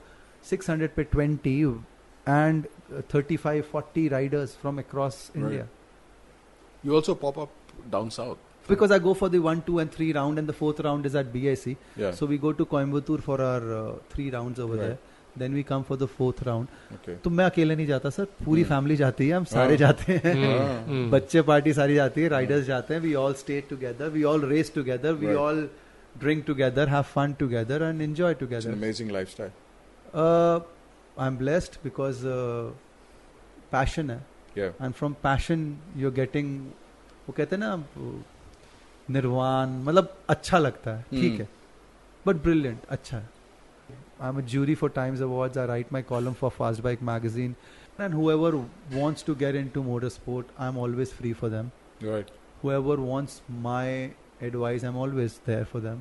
600 per 20 and uh, 35 40 riders from across Right. india You also pop up down south. because i go for the 1 2 and 3 round and the fourth round is at bic Yeah. so we go to coimbatore for our uh, three rounds over Right. there then we come for the fourth round Okay. Hmm. तो मैं अकेले नहीं जाता sir पूरी family जाती है हम सारे हाँ। जाते Hmm. हाँ। हैं बच्चे पार्टी सारी जाती Hmm. है राइडर्स जाते हैं we all stay together we all race together we Right. All drink together have fun together and enjoy It's an together amazing lifestyle. I am blessed because passion uh, है Yeah. And from passion you are getting वो कहते हैं ना वो, निर्वाण मतलब अच्छा लगता है Hmm. ठीक है बट ब्रिलियंट अच्छा है I am a jury for Times awards I write my column for fast bike magazine and whoever wants to get in to motor sport I am always free for them Right. whoever wants my advice i'm always there for them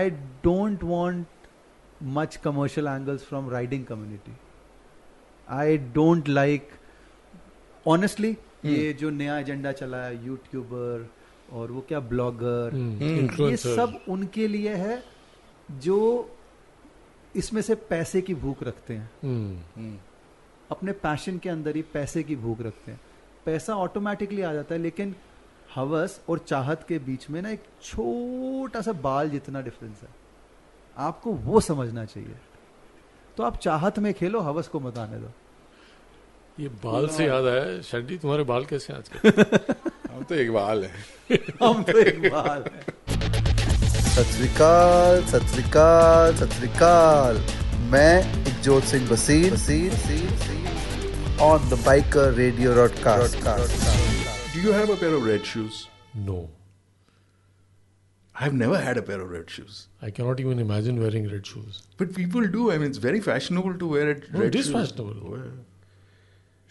i don't want much commercial angles from riding community i don't like honestly ये जो नया agenda चला है YouTuber और वो क्या blogger Hmm. ये Influencer. सब उनके लिए है जो इसमें से पैसे की भूख रखते हैं Hmm. तो अपने पैशन के अंदर ही पैसे की भूख रखते हैं पैसा ऑटोमेटिकली आ जाता है लेकिन हवस और चाहत के बीच में ना एक छोटा सा बाल जितना डिफरेंस है आपको वो समझना चाहिए तो आप चाहत में खेलो हवस को मत आने दो ये बाल से याद आया शेट्टी तुम्हारे बाल कैसे हैं आजकल हम तो एक बाल है हम तो एक बाल है सत श्रीकाल सत श्रीकाल सत श्रीकाल मैं इकजोत सिंह बसीन on the biker radio roadcast Do you have a pair of red shoes? No. I've never had a pair of red shoes. I cannot even imagine wearing red shoes. But people do. I mean, it's very fashionable to wear it. No, red it is shoes. fashionable.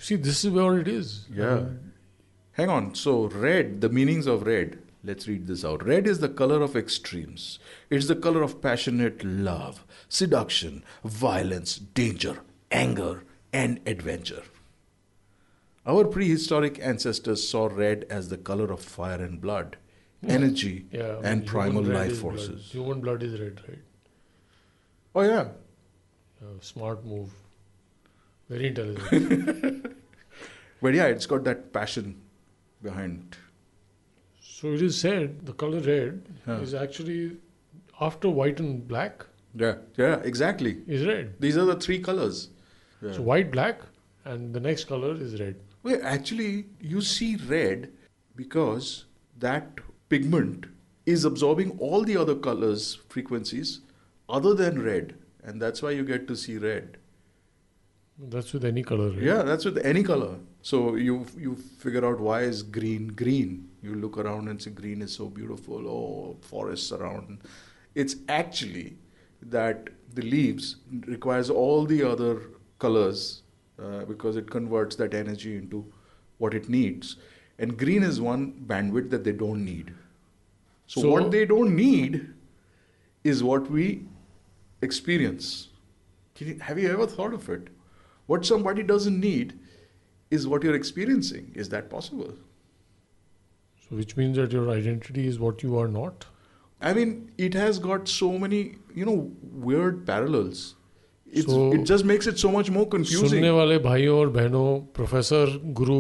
See, this is where it is. Yeah. Um, Hang on. So, red, the meanings of red. Let's read this out. Red is the color of extremes. It's the color of passionate love, seduction, violence, danger, anger, and adventure. Our prehistoric ancestors saw red as the color of fire and blood, energy, Yeah, I mean, and human primal red life is blood. forces. Human blood is red, right? Oh yeah. smart move. Very intelligent. But yeah, it's got that passion behind. so it is said the color red Huh. is actually after white and black Yeah, yeah, exactly. is red. These are the three colors. Yeah. So white, black, and the next color is red. Well, actually, you see red because that pigment is absorbing all the other colors frequencies other than red, and that's why you get to see red. That's with any color. right? Yeah, that's with any color. So you you figure out why is green green. You look around and say green is so beautiful. Oh, forests around. It's actually that the leaves requires all the other colors uh, because it converts that energy into what it needs. And green is one bandwidth that they don't need. So, So- what they don't need is what we experience. Can you- have you ever thought of it? What somebody doesn't need is what you're experiencing. Is that possible? So which means that your identity is what you are not. I mean, it has got so many, you know, weird parallels. It's, So- it just makes it so much more confusing. सुनने वाले भाइयों और बहनों professor गुरु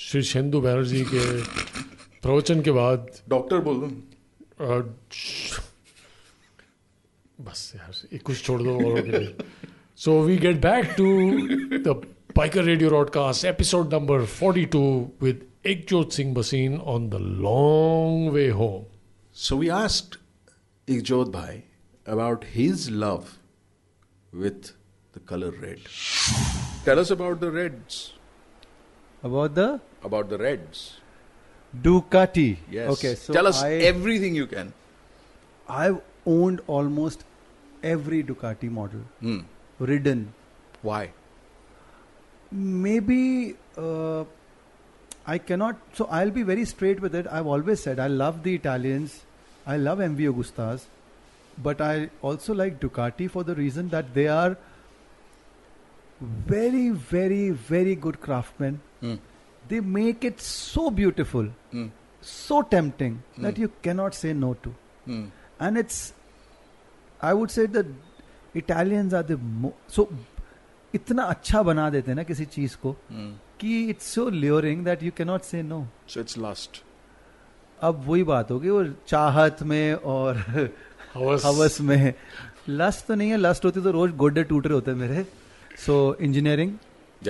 शीर्षेंदु बनर्जी के प्रवचन के बाद doctor बोल दो बस यार एक कुछ छोड़ दो औरों के लिए so we get back to the biker radio broadcast episode number 42 with Ikjot Singh बसीन on the long way home So we asked Ikjot Bhai about his love with the color red. Tell us about the reds. About the About the reds. Ducati. Yes. Okay, so Tell us I, everything you can. I've owned almost every Ducati model. Hmm. Ridden. Why? Maybe uh, I cannot. So I'll be very straight with it. I've always said I love the Italians. I love MV Augustas. But I also like Ducati for the reason that they are very, very, very good craftsmen. They make it so beautiful, Mm. so tempting that Mm. you cannot say no to. Hmm. and it's i would say that italians are the mo- so इतना अच्छा बना देते हैं ना किसी चीज को Hmm. कि it's so alluring that you can not say no So it's lust. अब वही बात होगी वो चाहत में और हवस। हवस में लस्ट तो नहीं है लस्ट होती तो रोज गोड्डे टूट रहे होते मेरे so engineering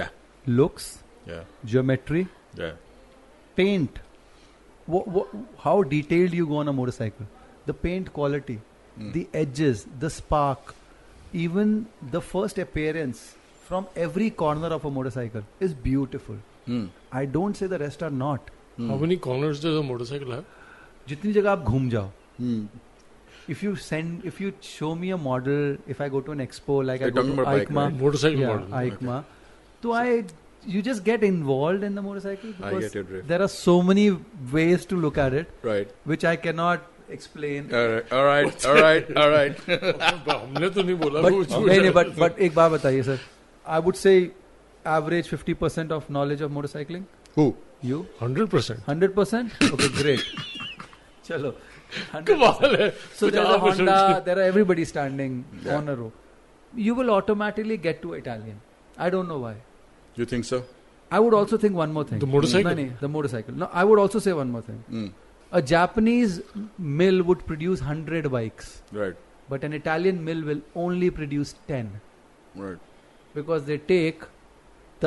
Yeah. Looks Yeah. Geometry Yeah. paint wha wha- how detailed you go on a motorcycle the paint quality Hmm. the edges the spark even the first appearance from every corner of a motorcycle is beautiful Hmm. i don't say the rest are not how many corners does a motorcycle have जितनी जगह आप घूम जाओ if you send if you show me a model if i go to an expo like i You're go to talking about bike, EICMA, right? Motorcycle yeah, model. EICMA, so i you just get involved in the motorcycle I because get your drift. there are so many ways to look at it Right. which i cannot explain All right. All right. All right. All right. हमने तो नहीं बोला but, वो झूठ नहीं है। नहीं but but एक बात बताइए sir I would say average 50% of knowledge of motorcycling Who? You? 100%. 100%? Okay, great. चलो कमाल है। So कुछ there's a आप सोच- Honda, there are everybody standing Yeah. on a row. You will automatically get to Italian. I don't know why. You think so? I would also think one more thing. The motorcycle? No, no, the motorcycle. No, I would also say one more thing. Mm. A Japanese mill would produce 100 bikes, Right. but an Italian mill will only produce 10 Right. because they take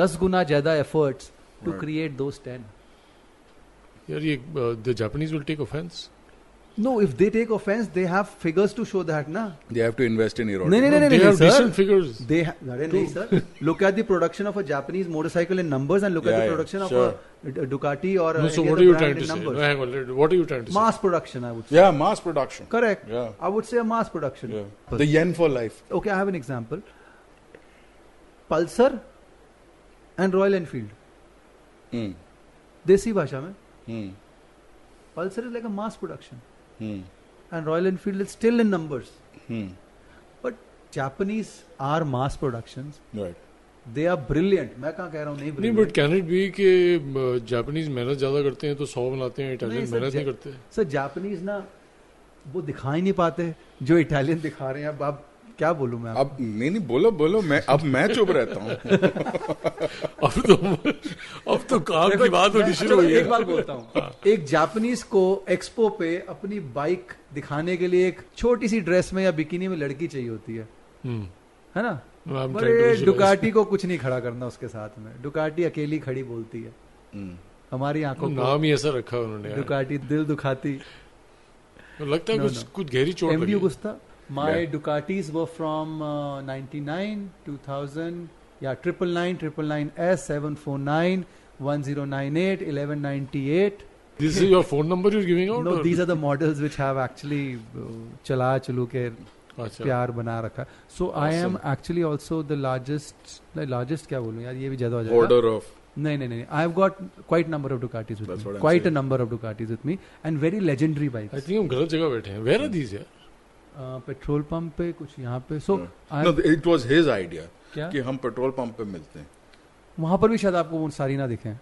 10 guna jada efforts to Right. create those 10. यार ये uh, the Japanese will take offence No, if they take offense, they have figures to show that, na? They have to invest in erotic. No, no, no, no, They no, have sir. decent figures. They ha- no, no, sir. Look at the production of a Japanese motorcycle in numbers, and look at Yeah, the yeah, production sure. of a, a Ducati or No, a so any what other are you brand trying in to say? No, तो numbers. hang on, let- what are you trying to Mass production, I would say. Yeah, mass production. Correct. Yeah. I would say a mass production. The yen for life. Okay, I have an example. Pulsar and Royal Enfield. Hmm. Desi bhasha mein. Hmm. Pulsar is like a mass production, Hmm. and Royal Enfield is still in numbers. Hmm. But Japanese are mass productions. Right. They are brilliant. मैं कहाँ कह रहा हूँ नहीं नहीं brilliant. But can it be कि Japanese मेहनत ज्यादा करते हैं तो सौ बनाते हैं नहीं, इटालियन सर, मेहनत नहीं जा- करते सर जापानीज ना वो दिखा ही नहीं पाते जो इटालियन दिखा रहे हैं अब आप क्या बोलूं मैं अब नहीं नहीं बोलो बोलो मैं अब मैं चुप रहता हूँ अब तो अब तो काम की बात होनी शुरू हुई अच्छा, हाँ। एक बात बोलता हूँ एक जापानीज को एक्सपो पे अपनी बाइक दिखाने के लिए एक छोटी सी ड्रेस में या बिकिनी में लड़की चाहिए होती है हम्म। है ना I'm पर trying to ये visualize. डुकाटी को कुछ नहीं खड़ा करना उसके साथ में डुकाटी अकेली खड़ी बोलती है हम्म। हमारी आंखों को नाम ही ऐसा रखा है उन्होंने यार। तो डुकाटी दिल दुखाती लगता है No, कुछ no. कुछ गहरी चोट MV लगी है। Gusta. My Ducatis were from uh, 99, 2000, yeah, 999, 999S, 749, 1098, 1198. This is your phone number you're giving out? No, or- these are the models which have actually uh, chala chulu ke अच्छा। प्यार बना रखा so I am Awesome. Actually also the largest largest क्या बोलूं यार ये भी ज्यादा हो Order जाएगा of- नहीं नहीं नहीं I have got quite number of Ducatis with what me I'm quite a saying. Number of Ducatis with me and very legendary bike I think हम गलत जगह बैठे हैं वेयर आर दीज यार पेट्रोल पंप पे कुछ यहाँ पे सो हाँ। No, it was his idea क्या? कि हम पेट्रोल पंप पे मिलते हैं वहां पर भी शायद आपको वो सारी ना दिखे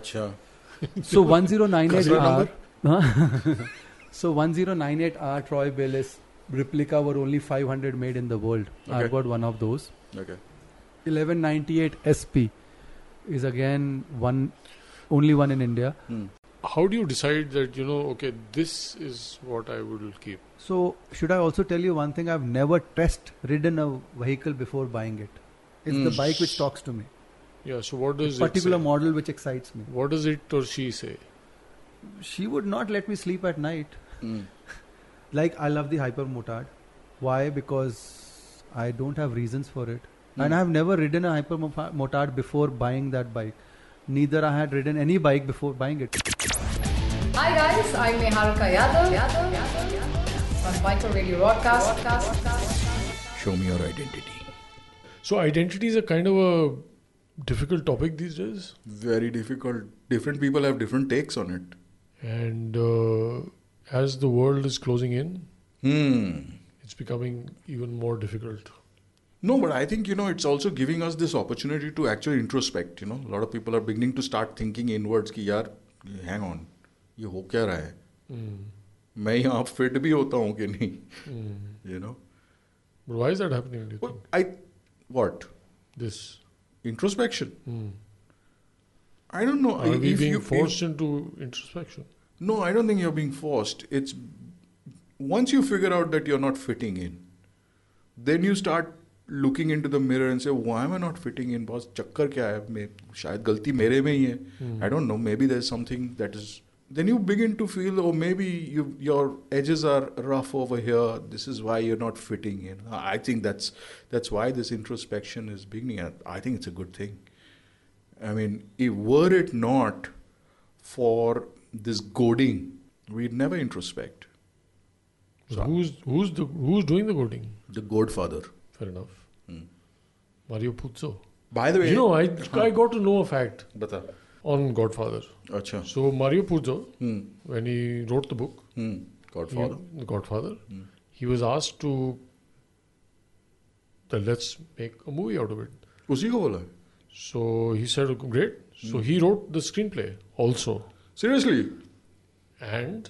अच्छा so one zero nine eight दूसरा are so one zero nine eight R Troy Bayliss replica were only five hundred made in the world I Okay. Got one of those Okay. 1198 SP is again one, only one in India. Hmm. How do you decide that you know okay this is what I will keep So, should I also tell you one thing? I've never test ridden a vehicle before buying it. It's the Hmm. Mm. bike which talks to me. या so what The does particular model which excites me. What does it और she say She would not let me sleep at night. Hmm. Like I love the Hyper Motard. Why? Because I don't have reasons for it, and Mm. I have never ridden a Hyper Mofa- Motard before buying that bike. Neither I had ridden any bike before buying it. Hi guys, I'm Neharika Yadav, Yadav, Yadav, Yadav on Micro Radio Broadcast. Show me your identity. So identity is a kind of a difficult topic these days Very difficult. Different people have different takes on it. And uh, as the world is closing in, Hmm. it's becoming even more difficult. No, but I think you know it's also giving us this opportunity to actually introspect. You know, a lot of people are beginning to start thinking inwards. कि यार, hang on, ये हो क्या रहा है? Hmm. मैं यहाँ fit भी होता हूँ कि नहीं? You know, Hmm. But why is that happening? Do you think? I what? This introspection. I don't know. Hmm. Are we if being you- forced into introspection? No, I don't think you're being forced. It's once you figure out that you're not fitting in, then you start looking into the mirror and say, "Why am I not fitting in? Boss चक्कर क्या है? मे शायद गलती मेरे में ही है. Hmm. I don't know. Maybe there's something that is." Then you begin to feel, oh, maybe you, your edges are rough over here. This is why you're not fitting in. I think that's that's why this introspection is beginning. And I think it's a good thing. I mean, if were it not for this goading, we'd never introspect. So who's who's the who's doing the goading? The Godfather. Fair enough. Hmm. Mario Puzo. By the way- you know, I Huh. I got to know a fact Bata. on Godfather. अच्छा। Acha. So Mario Puzo, Hmm. when he wrote the book, Hmm. Godfather. he- The Godfather, Hmm. he was asked to. Then let's make a movie out of it. उसी को बोला है। So he said, "Oh, great. So he Hmm. wrote the screenplay also. Seriously? And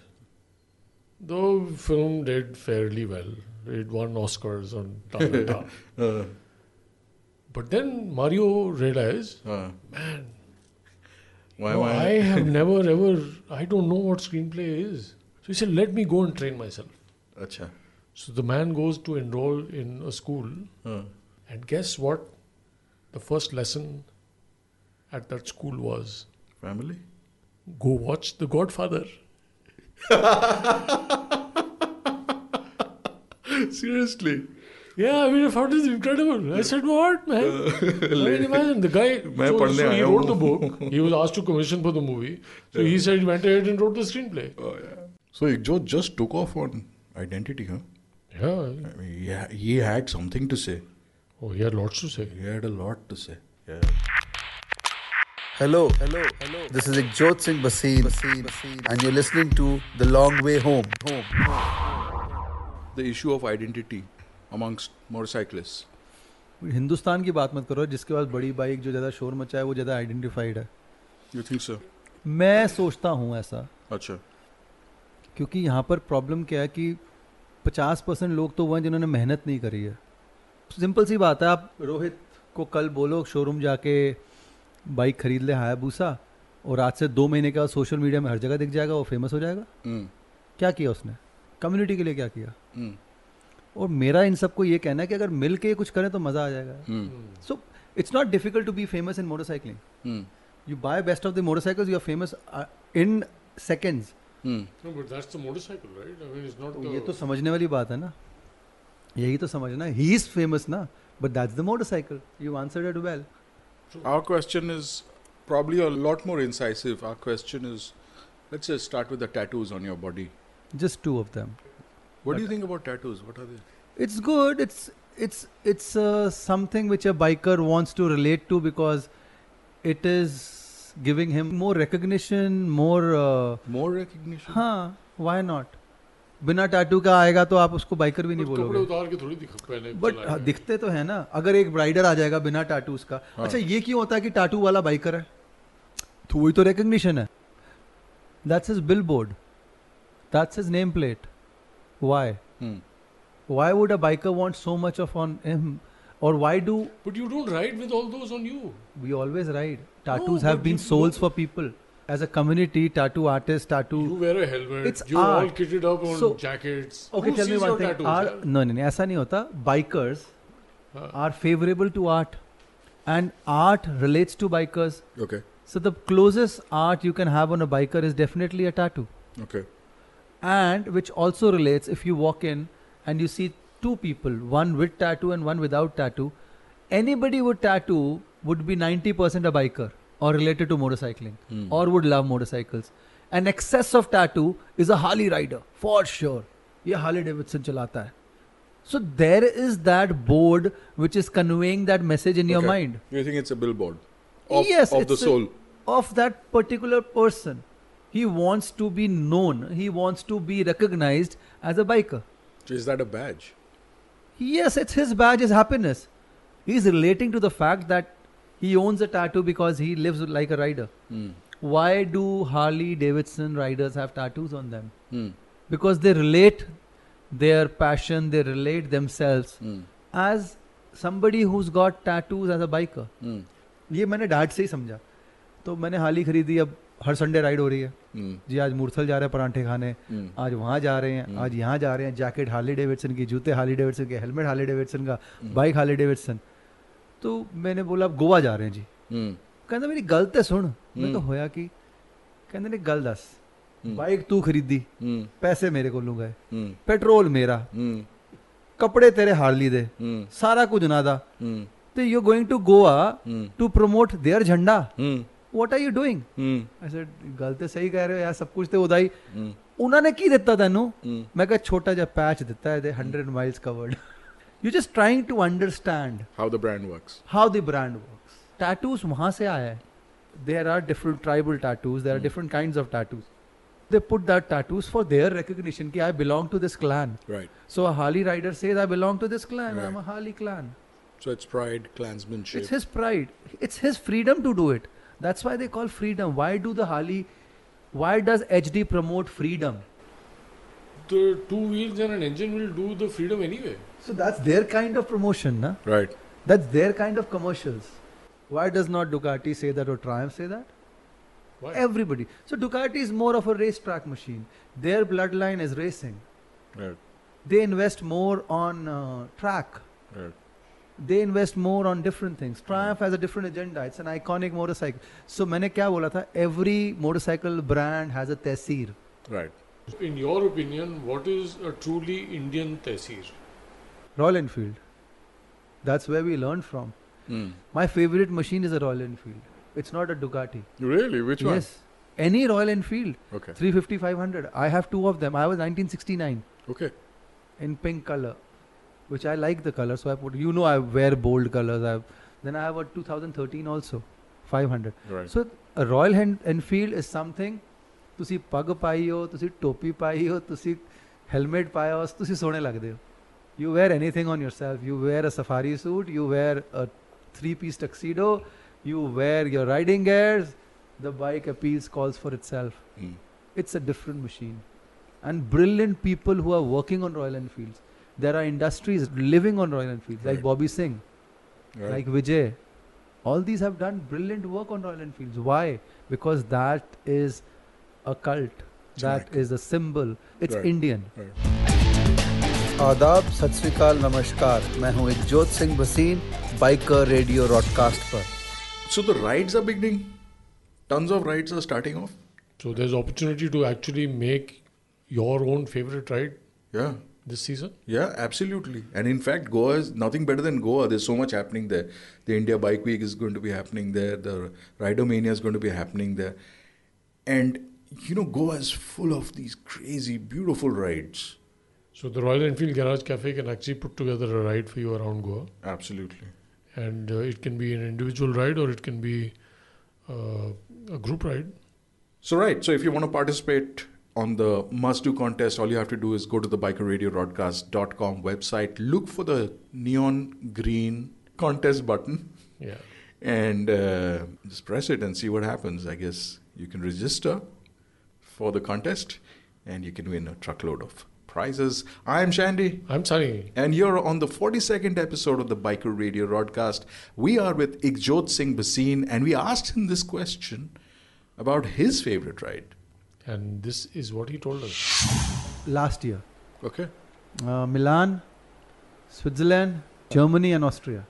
the film did fairly well. It won Oscars on da, da, da. Uh. But then Mario realized, man, Uh. Why no, am I- I have never ever, I don't know what screenplay is. So he said, let me go and train myself. अच्छा। Acha. So the man goes to enroll in a school, Huh. and guess what? The first lesson at that school was family. Go watch The Godfather. Seriously. Yeah, I mean, I found this incredible. I said, what, man? I mean, imagine the guy. मैं so, पढ़ने so he आया wrote हूँ। the book. He was asked to commission for the movie. So he said he went ahead and wrote the screenplay. Oh yeah. So Joe just took off on identity, huh? Yeah. I mean, yeah, he had something to say. Oh, he had lots to say. He had a lot to say. Yeah. Hello, hello, hello. This is Ikjot Singh Baseen, and you're listening to The Long Way Home. The issue of identity amongst motorcyclists. Hindustan की बात मत करो जिसके पास बड़ी bike जो ज़्यादा शोर मचा है वो ज़्यादा आइडेंटिफाइड है You think so? मैं सोचता हूँ ऐसा अच्छा क्योंकि यहाँ पर प्रॉब्लम क्या है कि पचास परसेंट लोग तो वह हैं जिन्होंने मेहनत नहीं करी है सिंपल सी बात है आप रोहित को कल बोलो शोरूम जाके बाइक खरीद ले हायाबूसा और आज से दो महीने के बाद सोशल मीडिया में हर जगह दिख जाएगा वो फेमस हो जाएगा Mm. Hmm. क्या किया उसने कम्युनिटी के लिए क्या किया और मेरा इन सबको ये कहना है कि अगर मिल के कुछ करें तो मज़ा आ Hmm. जाएगा so it's not difficult to be famous in Hmm. Motorcycling you buy best of the motorcycles you are famous in seconds Hmm. No, but that's the motorcycle, right? I mean, it's not. तो ये the- तो समझने वाली बात है ना यही तो समझना ही इज फेमस ना but that's the motorcycle you answer it well Our question is probably a lot more incisive. Our question is let's just start with the tattoos on your body. Just two of them What do you think about tattoos? What are they? it's good it's it's it's uh, something which a biker wants to relate to because it is giving him more recognition more uh, more recognition हाँ why not बिना tattoo का आएगा तो आप उसको biker भी नहीं कपड़े बोलोगे उतार के थोड़ी दिख पहने बट चलाएंगे। दिखते तो है ना अगर एक राइडर आ जाएगा बिना टैटूज का हाँ। अच्छा ये क्यों होता है कि टैटू वाला बाइकर है तो वही तो रिकग्निशन है that's his billboard that's his name plate why hmm. Why would a biker want so much of on him और why do But you don't ride with all those on you. we always ride No, tattoos but have been you- souls for people as a community tattoo artists tattoo You wear a helmet. It's You're all art. kitted up on So- jackets. okay Who tell me sees one your thing tattoos, are, yeah? no no no, ऐसा नहीं होता bikers हाँ। are favorable to art and art relates to bikers Okay. so the closest art you can have on a biker is definitely a tattoo Okay. and which also relates if you walk in and you see two people one with tattoo and one without tattoo anybody with tattoo would be 90% a biker or related to motorcycling Hmm. or would love motorcycles an excess of tattoo is a harley rider for sure ये harley davidson चलाता है so there is that board which is conveying that message in your Okay. mind You think it's a billboard of, yes, of the it's a- soul. of that particular person. He wants to be known. He wants to be recognized as a biker. Is that a badge? Yes, it's his badge, his happiness. He's relating to the fact that he owns a tattoo because he lives like a rider. Hmm. Why do Harley Davidson riders have tattoos on them? Hmm. Because they relate their passion, they relate themselves Hmm. as somebody who's got tattoos as a biker. Hmm. ये मैंने dad से ही समझा तो मैंने हाल ही खरीदी अब हर संडे राइड हो रही है हम्म। जी आज मूर्थल जा रहे हैं परांठे खाने हम्म। आज वहाँ जा रहे हैं आज यहाँ जा रहे हैं जैकेट हार्ली डेविडसन की जूते हार्ली डेविडसन के हेलमेट हार्ली डेविडसन का बाइक हार्ली डेविडसन तो मैंने बोला अब गोवा जा रहे हैं जी Hmm. ਕਹਿੰਦਾ ਮੇਰੀ ਗੱਲ ਤੇ ਸੁਣ ਮੈਂ ਤਾਂ ਹੋਇਆ ਕੀ ਕਹਿੰਦੇ ਨੇ ਗੱਲ ਦੱਸ ਬਾਈਕ ਤੂੰ ਖਰੀਦੀ Hmm. ਪੈਸੇ ਮੇਰੇ ਕੋਲੋਂ ਗਏ ਪੈਟਰੋਲ ਮੇਰਾ ਕੱਪੜੇ ਤੇਰੇ ਹਾਰਲੀ ਦੇ Hmm. ਸਾਰਾ ਕੁਝ ਉਹਨਾਂ ਦਾ ਤੇ you going to Goa to promote there ਝੰਡਾ Hmm. What are you doing I said ਗੱਲ ਤੇ ਸਹੀ ਕਹਿ ਰਹੇ ਹੋ ਯਾਰ ਸਭ ਕੁਝ ਤੇ ਉਹਦਾ ਹੀ ਉਹਨਾਂ ਨੇ ਕੀ ਦਿੱਤਾ ਤੈਨੂੰ ਮੈਂ ਕਿਹਾ ਛੋਟਾ ਜਿਹਾ ਪੈਚ ਦਿੱਤਾ ਹੈ ਦੇ 100 miles covered you just trying to understand How the brand works. how the brand works tattoos वहाँ से आया है there are different tribal tattoos there are different kinds of tattoos they put that tattoos for their recognition ki i belong to this clan Right. so a harley rider says i belong to this clan i'm Right. a harley clan So it's pride, clansmanship. it's his pride it's his freedom to do it that's why they call freedom why do the harley why does hd promote freedom The two wheels and an engine will do the freedom anyway. so that's their kind of promotion na? right that's their kind of commercials why does not ducati say that or triumph say that Everybody. So Ducati is more of a racetrack machine. Their bloodline is racing. Right. They invest more on uh, track. Right. They invest more on different things. Triumph has a different agenda. It's an iconic motorcycle. So मैंने क्या बोला था? Every motorcycle brand has a tehseer. Right. In your opinion, what is a truly Indian tehseer? Royal Enfield. That's where we learned from. Mm. My favorite machine is a Royal Enfield. It's not a Ducati. Really? Which one? Yes. Any Royal Enfield. Okay. 350, 500. I have two of them. I was 1969. Okay. In pink color, which I like the color, so I put. You know, I wear bold colors. I then I have a 2013 also, 500. Right. So a Royal Hen- Enfield is something. ਤੁਸੀਂ ਪੱਗ ਪਾਈ ਹੋ ਤੁਸੀਂ ਟੋਪੀ ਪਾਈ ਹੋ ਤੁਸੀਂ helmet ਪਾਇਆ ਹੋ ਤੁਸੀਂ ਸੋਹਣੇ ਲੱਗਦੇ ਹੋ you wear anything on yourself you wear a safari suit you wear a three piece tuxedo you wear your riding gears the bike appeals calls for itself Hmm. it's a different machine and brilliant people who are working on royal enfields there are industries living on royal enfields like Right. bobby singh Right. like vijay all these have done brilliant work on royal enfields why because that is a cult That is a symbol it's Right. indian Right. आदाब सत श्रीकाल नमस्कार मैं हूं Ikjot Singh Bhasin biker radio roadcast पर So the rides are beginning. Tons of rides are starting off. So there's opportunity to actually make your own favorite ride. Yeah. This season? Yeah, absolutely. And in fact, Goa is nothing better than Goa. There's so much happening there. The India Bike Week is going to be happening there. The Ridermania is going to be happening there. And you know, Goa is full of these crazy, beautiful rides. So the Royal Enfield Garage Cafe can actually put together a ride for you around Goa. Absolutely. And uh, it can be an individual ride or it can be uh, a group ride. So right, so if you want to participate on the must do contest, all you have to do is go to the bikerradiorodcast.com website, look for the neon green contest button. Yeah. And uh, just press it and see what happens. I guess you can register for the contest and you can win a truckload of prizes. I am Shandy. I'm Sunny. And you're on the 42nd episode of the Biker Radio Rodcast. We are with Ikjot Singh Baseen and we asked him this question about his favorite ride. And this is what he told us. last year. Okay. Uh, Milan, Switzerland, Germany, and Austria.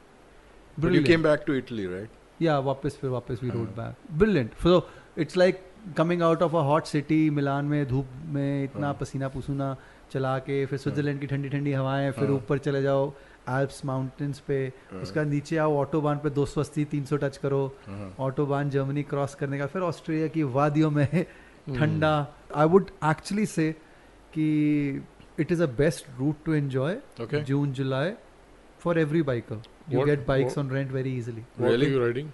But you came back to Italy, right? Yeah, वापस फिर वापस we rode हाँ। back. Brilliant. So it's like coming out of a hot city, मिलान में धूप में इतना हाँ। पसीना पुसूना चला के फिर स्विट्जरलैंड की ठंडी ठंडी हवाएं फिर हाँ। ऊपर चले जाओ आल्प्स माउंटेन्स पे हाँ। उसका नीचे आओ ऑटोबान पे 200 अस्सी 300 टच करो हाँ। ऑटोबान जर्मनी क्रॉस करने का फिर ऑस्ट्रेलिया की वादियों में Hmm. ठंडा आई वुड एक्चुअली से कि it is a best route to enjoy Uh-huh. Okay. June July for every biker you What- get bikes what- on rent very easily What Really? are you riding?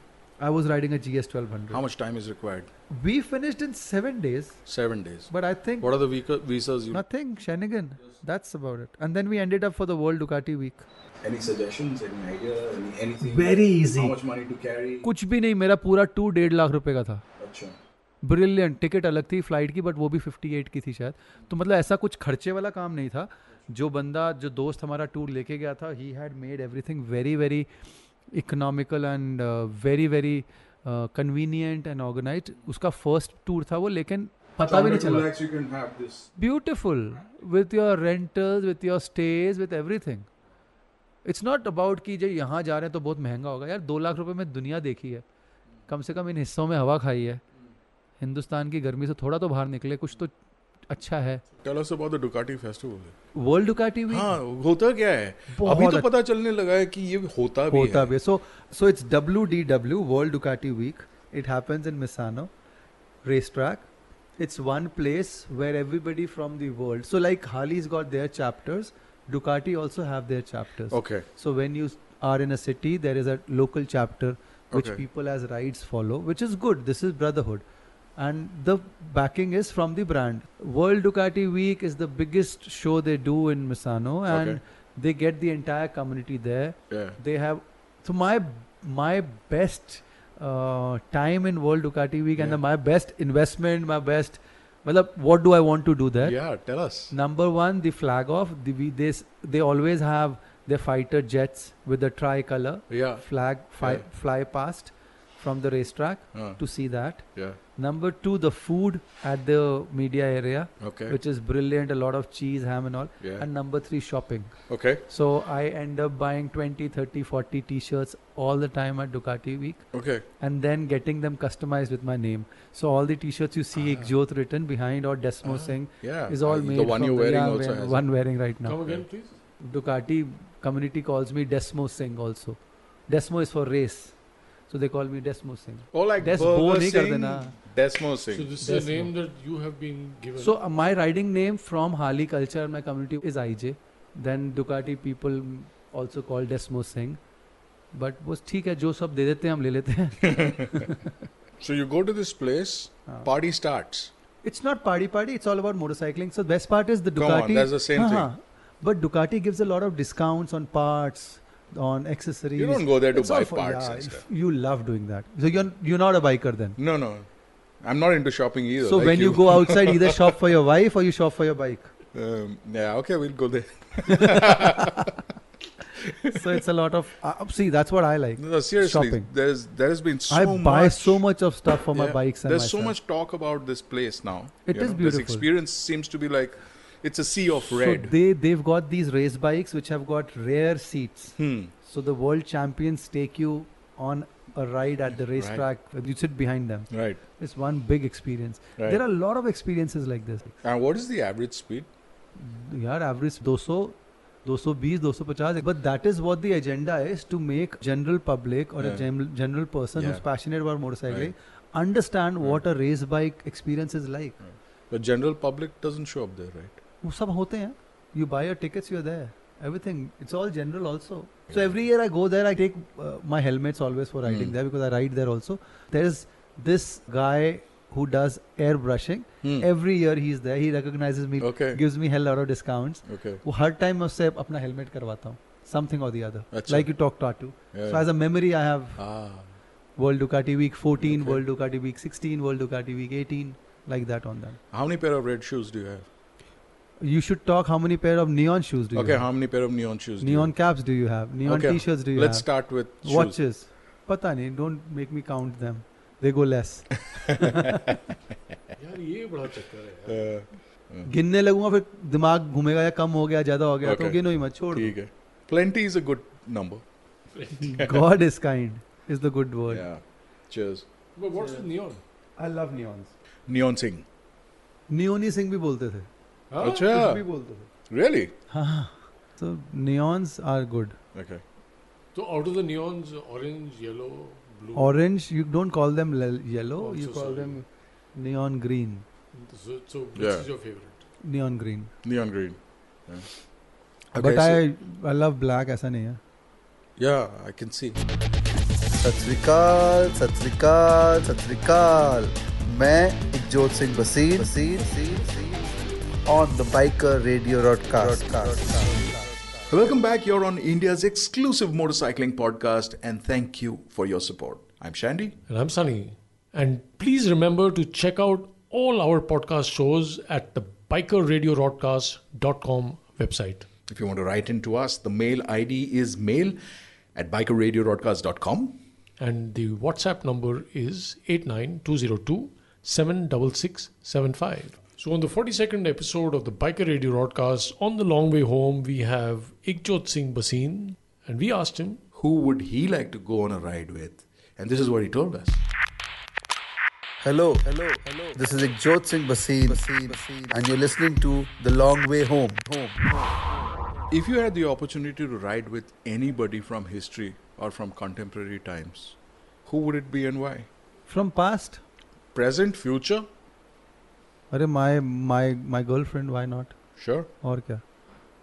I was riding a G S twelve hundred How much time is required? We finished in seven days Seven days. But I think What are the visa- visas you? Nothing, Shanigan. That's about it. And then we ended up for the World Ducati Week. Any suggestions? Any idea? Any anything? Very Like, easy. How much money to carry? कुछ भी नहीं मेरा पूरा to डेढ़ लाख रुपए का था अच्छा ब्रिलियंट टिकट अलग थी फ्लाइट की बट वो भी 58 की थी शायद तो मतलब ऐसा कुछ खर्चे वाला काम नहीं था जो बंदा जो दोस्त हमारा टूर लेके गया था ही had made everything very very economical and very very uh, convenient and organise उसका फर्स्ट टूर था वो लेकिन पता भी Under नहीं two चला lakhs, you can have this. beautiful with your rentals with your stays with everything it's not about कि जो यहाँ जा रहे हैं तो बहुत महंगा होगा यार दो लाख रुपए में दुनिया देखी है कम से कम इन हिस्सों में हवा खाई है हिंदुस्तान की गर्मी से थोड़ा तो बाहर निकले कुछ तो अच्छा है Tell us about the Ducati festival. World Ducati भी हाँ होता क्या है बहुत अभी तो अच्छा- पता चलने लगा है कि ये होता भी होता है भी है so so it's W D W world Ducati week it happens in Misano race track it's one place where everybody from the world so like Harleys got their chapters Ducati also have their chapters Okay. So when you are in a city there is a local chapter which Okay. people as rights follow which is good this is brotherhood and the backing is from the brand world ducati week is the biggest show they do in misano and Okay. they get the entire community there Yeah. they have so my my best uh, time in World Ducati Week and the, my best investment, my best. Well, what do I want to do there? Yeah, tell us. Number one, the flag off. The, we, they s- they always have their fighter jets with the tricolor Yeah. flag fi- Yeah. fly past from the racetrack Uh. to see that. Yeah. Number two, the food at the media area, Okay. which is brilliant. A lot of cheese, ham, and all. Yeah. And number three, shopping. Okay. So I end up buying 20, 30, 40 t-shirts all the time at Ducati Week. Okay. And then getting them customized with my name. So all the t-shirts you Ah. see Ikjot written behind or Desmo Singh yeah. is all Uh, the made one from you're wearing yeah, also wearing- has it. one wearing right now. Come again, please. Ducati community calls me Desmo Singh also. Desmo is for race. So they call me Desmo Singh. Or Oh, like Desmo Burger nahi kar Singh, dena. Desmo Singh. So this is the name that you have been given. So uh, my riding name from Harley culture and my community is IJ. Then Ducati people also call Desmo Singh. But was ठीक है जो सब दे देते हैं हम ले लेते हैं So you go to this place, Ah. party starts. It's not party party. It's all about motorcycling. So the best part is the Come Ducati. on, Uh-huh. that's the same हाँ, thing. हाँ. But Ducati gives a lot of discounts on parts, on accessories. You don't go there to It's all buy for- parts yeah, and if stuff. You love doing that. So you're you're not a biker then. No, no. I'm not into shopping either. So like when you. go outside, either shop for your wife or you shop for your bike. Um, yeah, okay, we'll go there. So it's a lot of. Uh, see, that's what I like. No, no, seriously, shopping. there's there has been so I much. buy so much of stuff for my Yeah, bikes and There's myself. so much talk about this place now. It It is is This beautiful. experience seems to be like it's a sea of red. So they they've got these race bikes which have got rare seats. Hmm. So the world champions take you on a ride at the racetrack. You sit behind them. Right. It's one big experience. Right. There are a lot of experiences like this. And what is the average speed? यार average 200 220 250 but that is what the agenda is to make general public or Yeah. a gen- general person who's Yeah. passionate about motorcycling Right. understand what a race bike experience is like The general public doesn't show up there, right? वो सब होते हैं you buy your tickets you're there everything it's all general also so every year i go there i take uh, my helmets always for riding Hmm. there because i ride there also there's this guy who does airbrushing Hmm. every year he's there he recognizes me Okay. gives me hell lot of discounts Okay. वो हर time मैं उससे अपना helmet करवाता हूँ something और the other अच्छा। Like you talk tattoo Yeah. So as a memory I have Ah. World Ducati week 14 world Ducati week 16 world Ducati week 18 like that on them How many pair of red shoes do you have? You should talk how many pair of neon shoes do okay, how many pair of neon shoes? do you neon caps do you have neon Okay, t-shirts do you let's have start with shoes. watches pata nahi don't make me count them they go less यार ये बड़ा चक्कर है have? Uh, uh, गिनने लगूंगा फिर दिमाग घूमेगा या कम हो गया ज्यादा हो गया तो Okay. गिनो ही मत छोड़ ठीक है Plenty is a good number. God is kind is the good word Yeah. Cheers. But what's with neon? I love neons Neon Singh. Neoni Singh भी बोलते थे Ah, हाँ? अच्छा. कुछ भी बोलते थे Really? हाँ तो neons are good Okay. So out of the neons, orange, yellow, blue. Orange you don't call them yellow Oh, you so call sorry. Them neon green So, so which Yeah. is your favorite? Neon green Neon green. Yeah. Okay, but so- I I love black ऐसा नहीं है Yeah, I can see. सत श्री अकाल सत श्री अकाल सत श्री अकाल मैं Ikjot Singh Bhasin Bhasin on the biker radio broadcast Welcome back. You're on India's exclusive motorcycling podcast, and thank you for your support. I'm Shandy. And I'm Sunny. And please remember to check out all our podcast shows at the bikerradiorotcast.com website. If you want to write in to us, the mail ID is mail at bikerradiorodcast.com. And the WhatsApp number is 89202 76675. So, on the 42nd episode of the Biker Radio Broadcast, on the long way home, we have Ikjot Singh Basin. And we asked him, Who would he like to go on a ride with? And this is what he told us. Hello hello hello this is Ikjot Singh Bhasin and you listening to the long way home If you had the opportunity to ride with anybody from history or from contemporary times, who would it be and why? From past Present, future? अरे my my my girlfriend why not Sure. और क्या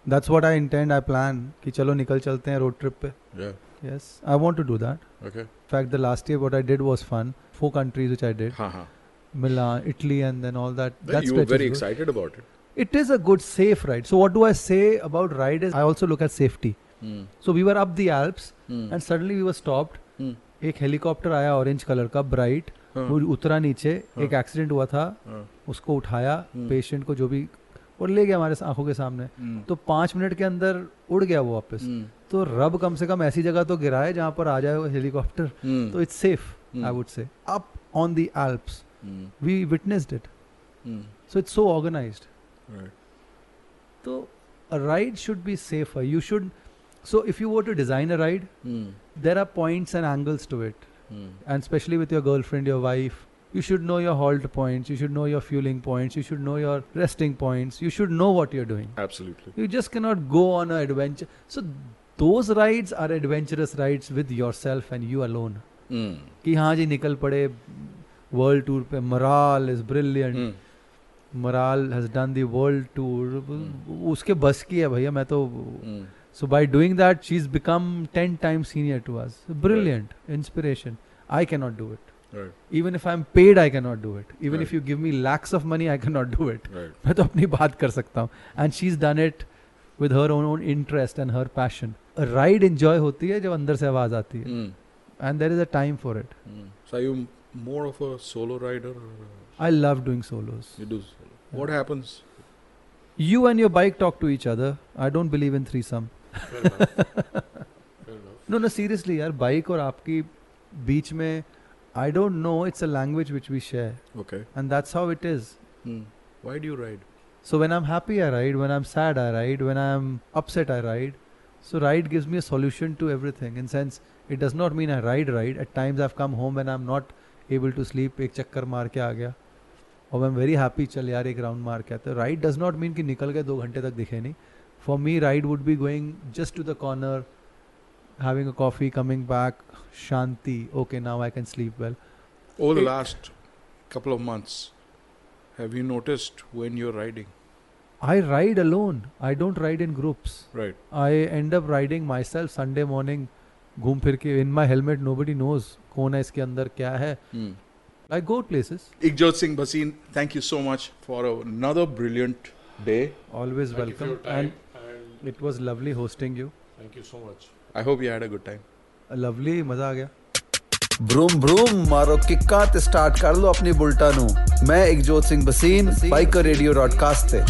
that's what I intend I plan कि चलो निकल चलते हैं road trip पे Yeah. Yes I want to do that Okay. Fact the last year what I did was fun four countries which I did Haha. Milan, Italy, and then all that. Well, that you were stretch is very good. excited about it. It is a good safe ride. So what do I say about ride is I also look at safety. Hmm. So we were up the Alps Hmm. and suddenly we were stopped. Hmm. एक helicopter आया orange colour का bright हाँ. वो उतरा नीचे Hmm. एक accident हुआ था हाँ. उसको उठाया हम्म. पेशेंट को जो भी और ले गया हमारे सा- आंखों के सामने हम्म. तो पाँच मिनट के अंदर उड़ गया वो वापस हम्म. तो रब कम से कम ऐसी जगह तो गिराए जहाँ पर आ जाए वो हेलीकॉप्टर हम्म. तो it's safe hmm. I would say up on the Alps Hmm. We witnessed it Hmm. So it's so organized. Right. So a ride should be safer. You should. So if you were to design a ride, Hmm. there are points and angles to it, Hmm. and especially with your girlfriend, your wife. You should know your halt points. You should know your fueling points. You should know your resting points. You should know what you're doing. Absolutely. You just cannot go on an adventure. So those rides are adventurous rides with yourself and you alone. Mm. कि हाँ जी निकल पड़े world tour पे Maral is brilliant Hmm. Maral has done the world tour उसके बस की है भैया मैं तो Hmm. So by doing that she is become ten time senior to us brilliant inspiration I can not do it Right. Even if I am paid I can not do it even Right. If you give me lakhs of money I can not do it Right. मैं तो अपनी बात कर सकता हूँ and she is done it with her own own interest and her passion ride enjoy होती है जब अंदर से आवाज़ आती है Mm. And there is a time for it Mm. So are you m- more of a solo rider? Or a- I love doing solos. you do solo. What happens? You and your bike talk to each other. I don't believe in threesome. Fair enough. Fair enough. No, no, seriously, यार bike और आपकी बीच में I don't know. It's a language which we share, Okay. Hmm. and that's how it is. Mm. Why do you ride? So when I'm happy, I ride. When I'm sad, I ride. When I'm upset, I ride. So ride gives me a solution to everything. In sense, it does not mean I ride ride. At times I've come home and I'm not able to sleep. एक चक्कर मार के आ गया. और I am very happy चल यार एक राउंड मार के आते राइड डज नॉट मीन कि निकल के दो घंटे तक दिखे नहीं for me ride would be going just to the corner having a coffee, coming back, shanti. Okay, now I can sleep well. Over the last couple of months, have you noticed when you're riding? I ride alone. I don't ride in groups. Right. I end up riding myself Sunday morning. घूम फिर के in my helmet nobody knows कौन है इसके अंदर क्या है Hmm. I go places Ikjot Singh Bhasin, thank you so much for another brilliant day. Always Thank you for welcome. your time and it was lovely hosting you. Thank you so much. I hope you had a good time. Lovely, मजा आ गया. ਬਰੂਮ ਬਰੂਮ ਮਾਰੋ ਕਿੱਕਾਂ ਤੇ start ਕਰ ਲਓ ਆਪਣੀ ਬੁਲਟਾਂ ਨੂੰ ਮੈਂ Ikjot Singh Bhasin biker radio roadcast ਤੇ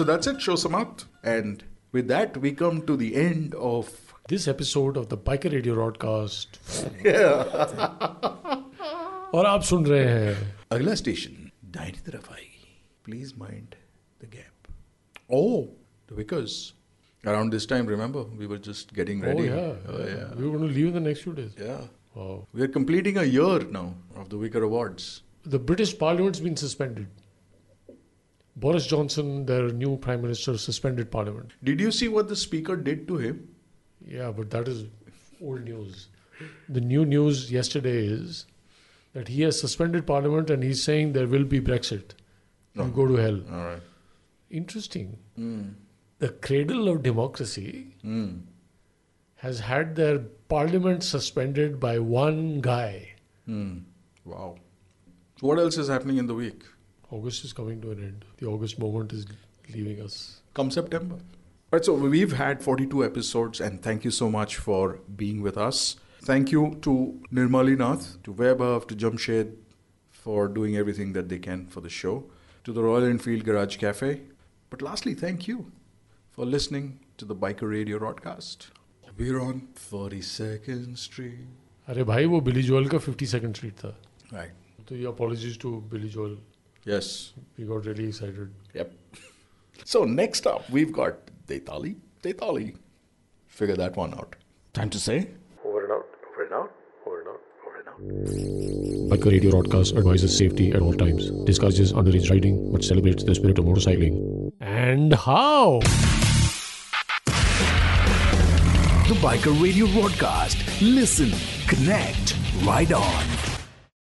So that's it, show Samapt. And with that, we come to the end of. This episode of the Biker Radio Broadcast. और आप सुन रहे हैं अगला स्टेशन दाहिनी तरफ आएगी please mind the gap Oh, because around this time, remember, we were just getting Oh ready. yeah. Oh, yeah. Oh. We're going to leave in the next few days. Yeah. Wow. We're completing a year now of the Wicker Awards. The British Parliament's been suspended. Boris Johnson, their new Prime Minister, suspended Parliament. Did you see what the speaker did to him? Yeah, but that is old news. The new news yesterday is that he has suspended Parliament and he's saying there will be Brexit. You go to hell. All right. Interesting. Mm. The cradle of democracy Mm. has had their parliament suspended by one guy. Mm. Wow. So what else is happening in the week? August is coming to an end. The August moment is leaving us. Come September. Right, so we've had 42 episodes, and thank you so much for being with us. Thank you to Nirmali Nath, to Vaibhav, to Jamshed for doing everything that they can for the show, to the Royal Enfield Garage Cafe. But lastly, thank you for listening to the Biker Radio broadcast. We're on 42nd Street. अरे भाई वो बिली Joel का 50 second street था Right. तो ये apologies to Billy Joel Yes. we got really excited Yep. So next up, we've got Detali. Detali. Figure that one out. Time to say. Over and out, over and out, over and out. Biker Radio Broadcast advises safety at all times, discourages underage riding, but celebrates the spirit of motorcycling. And how? The Biker Radio broadcast. Listen, connect, ride on.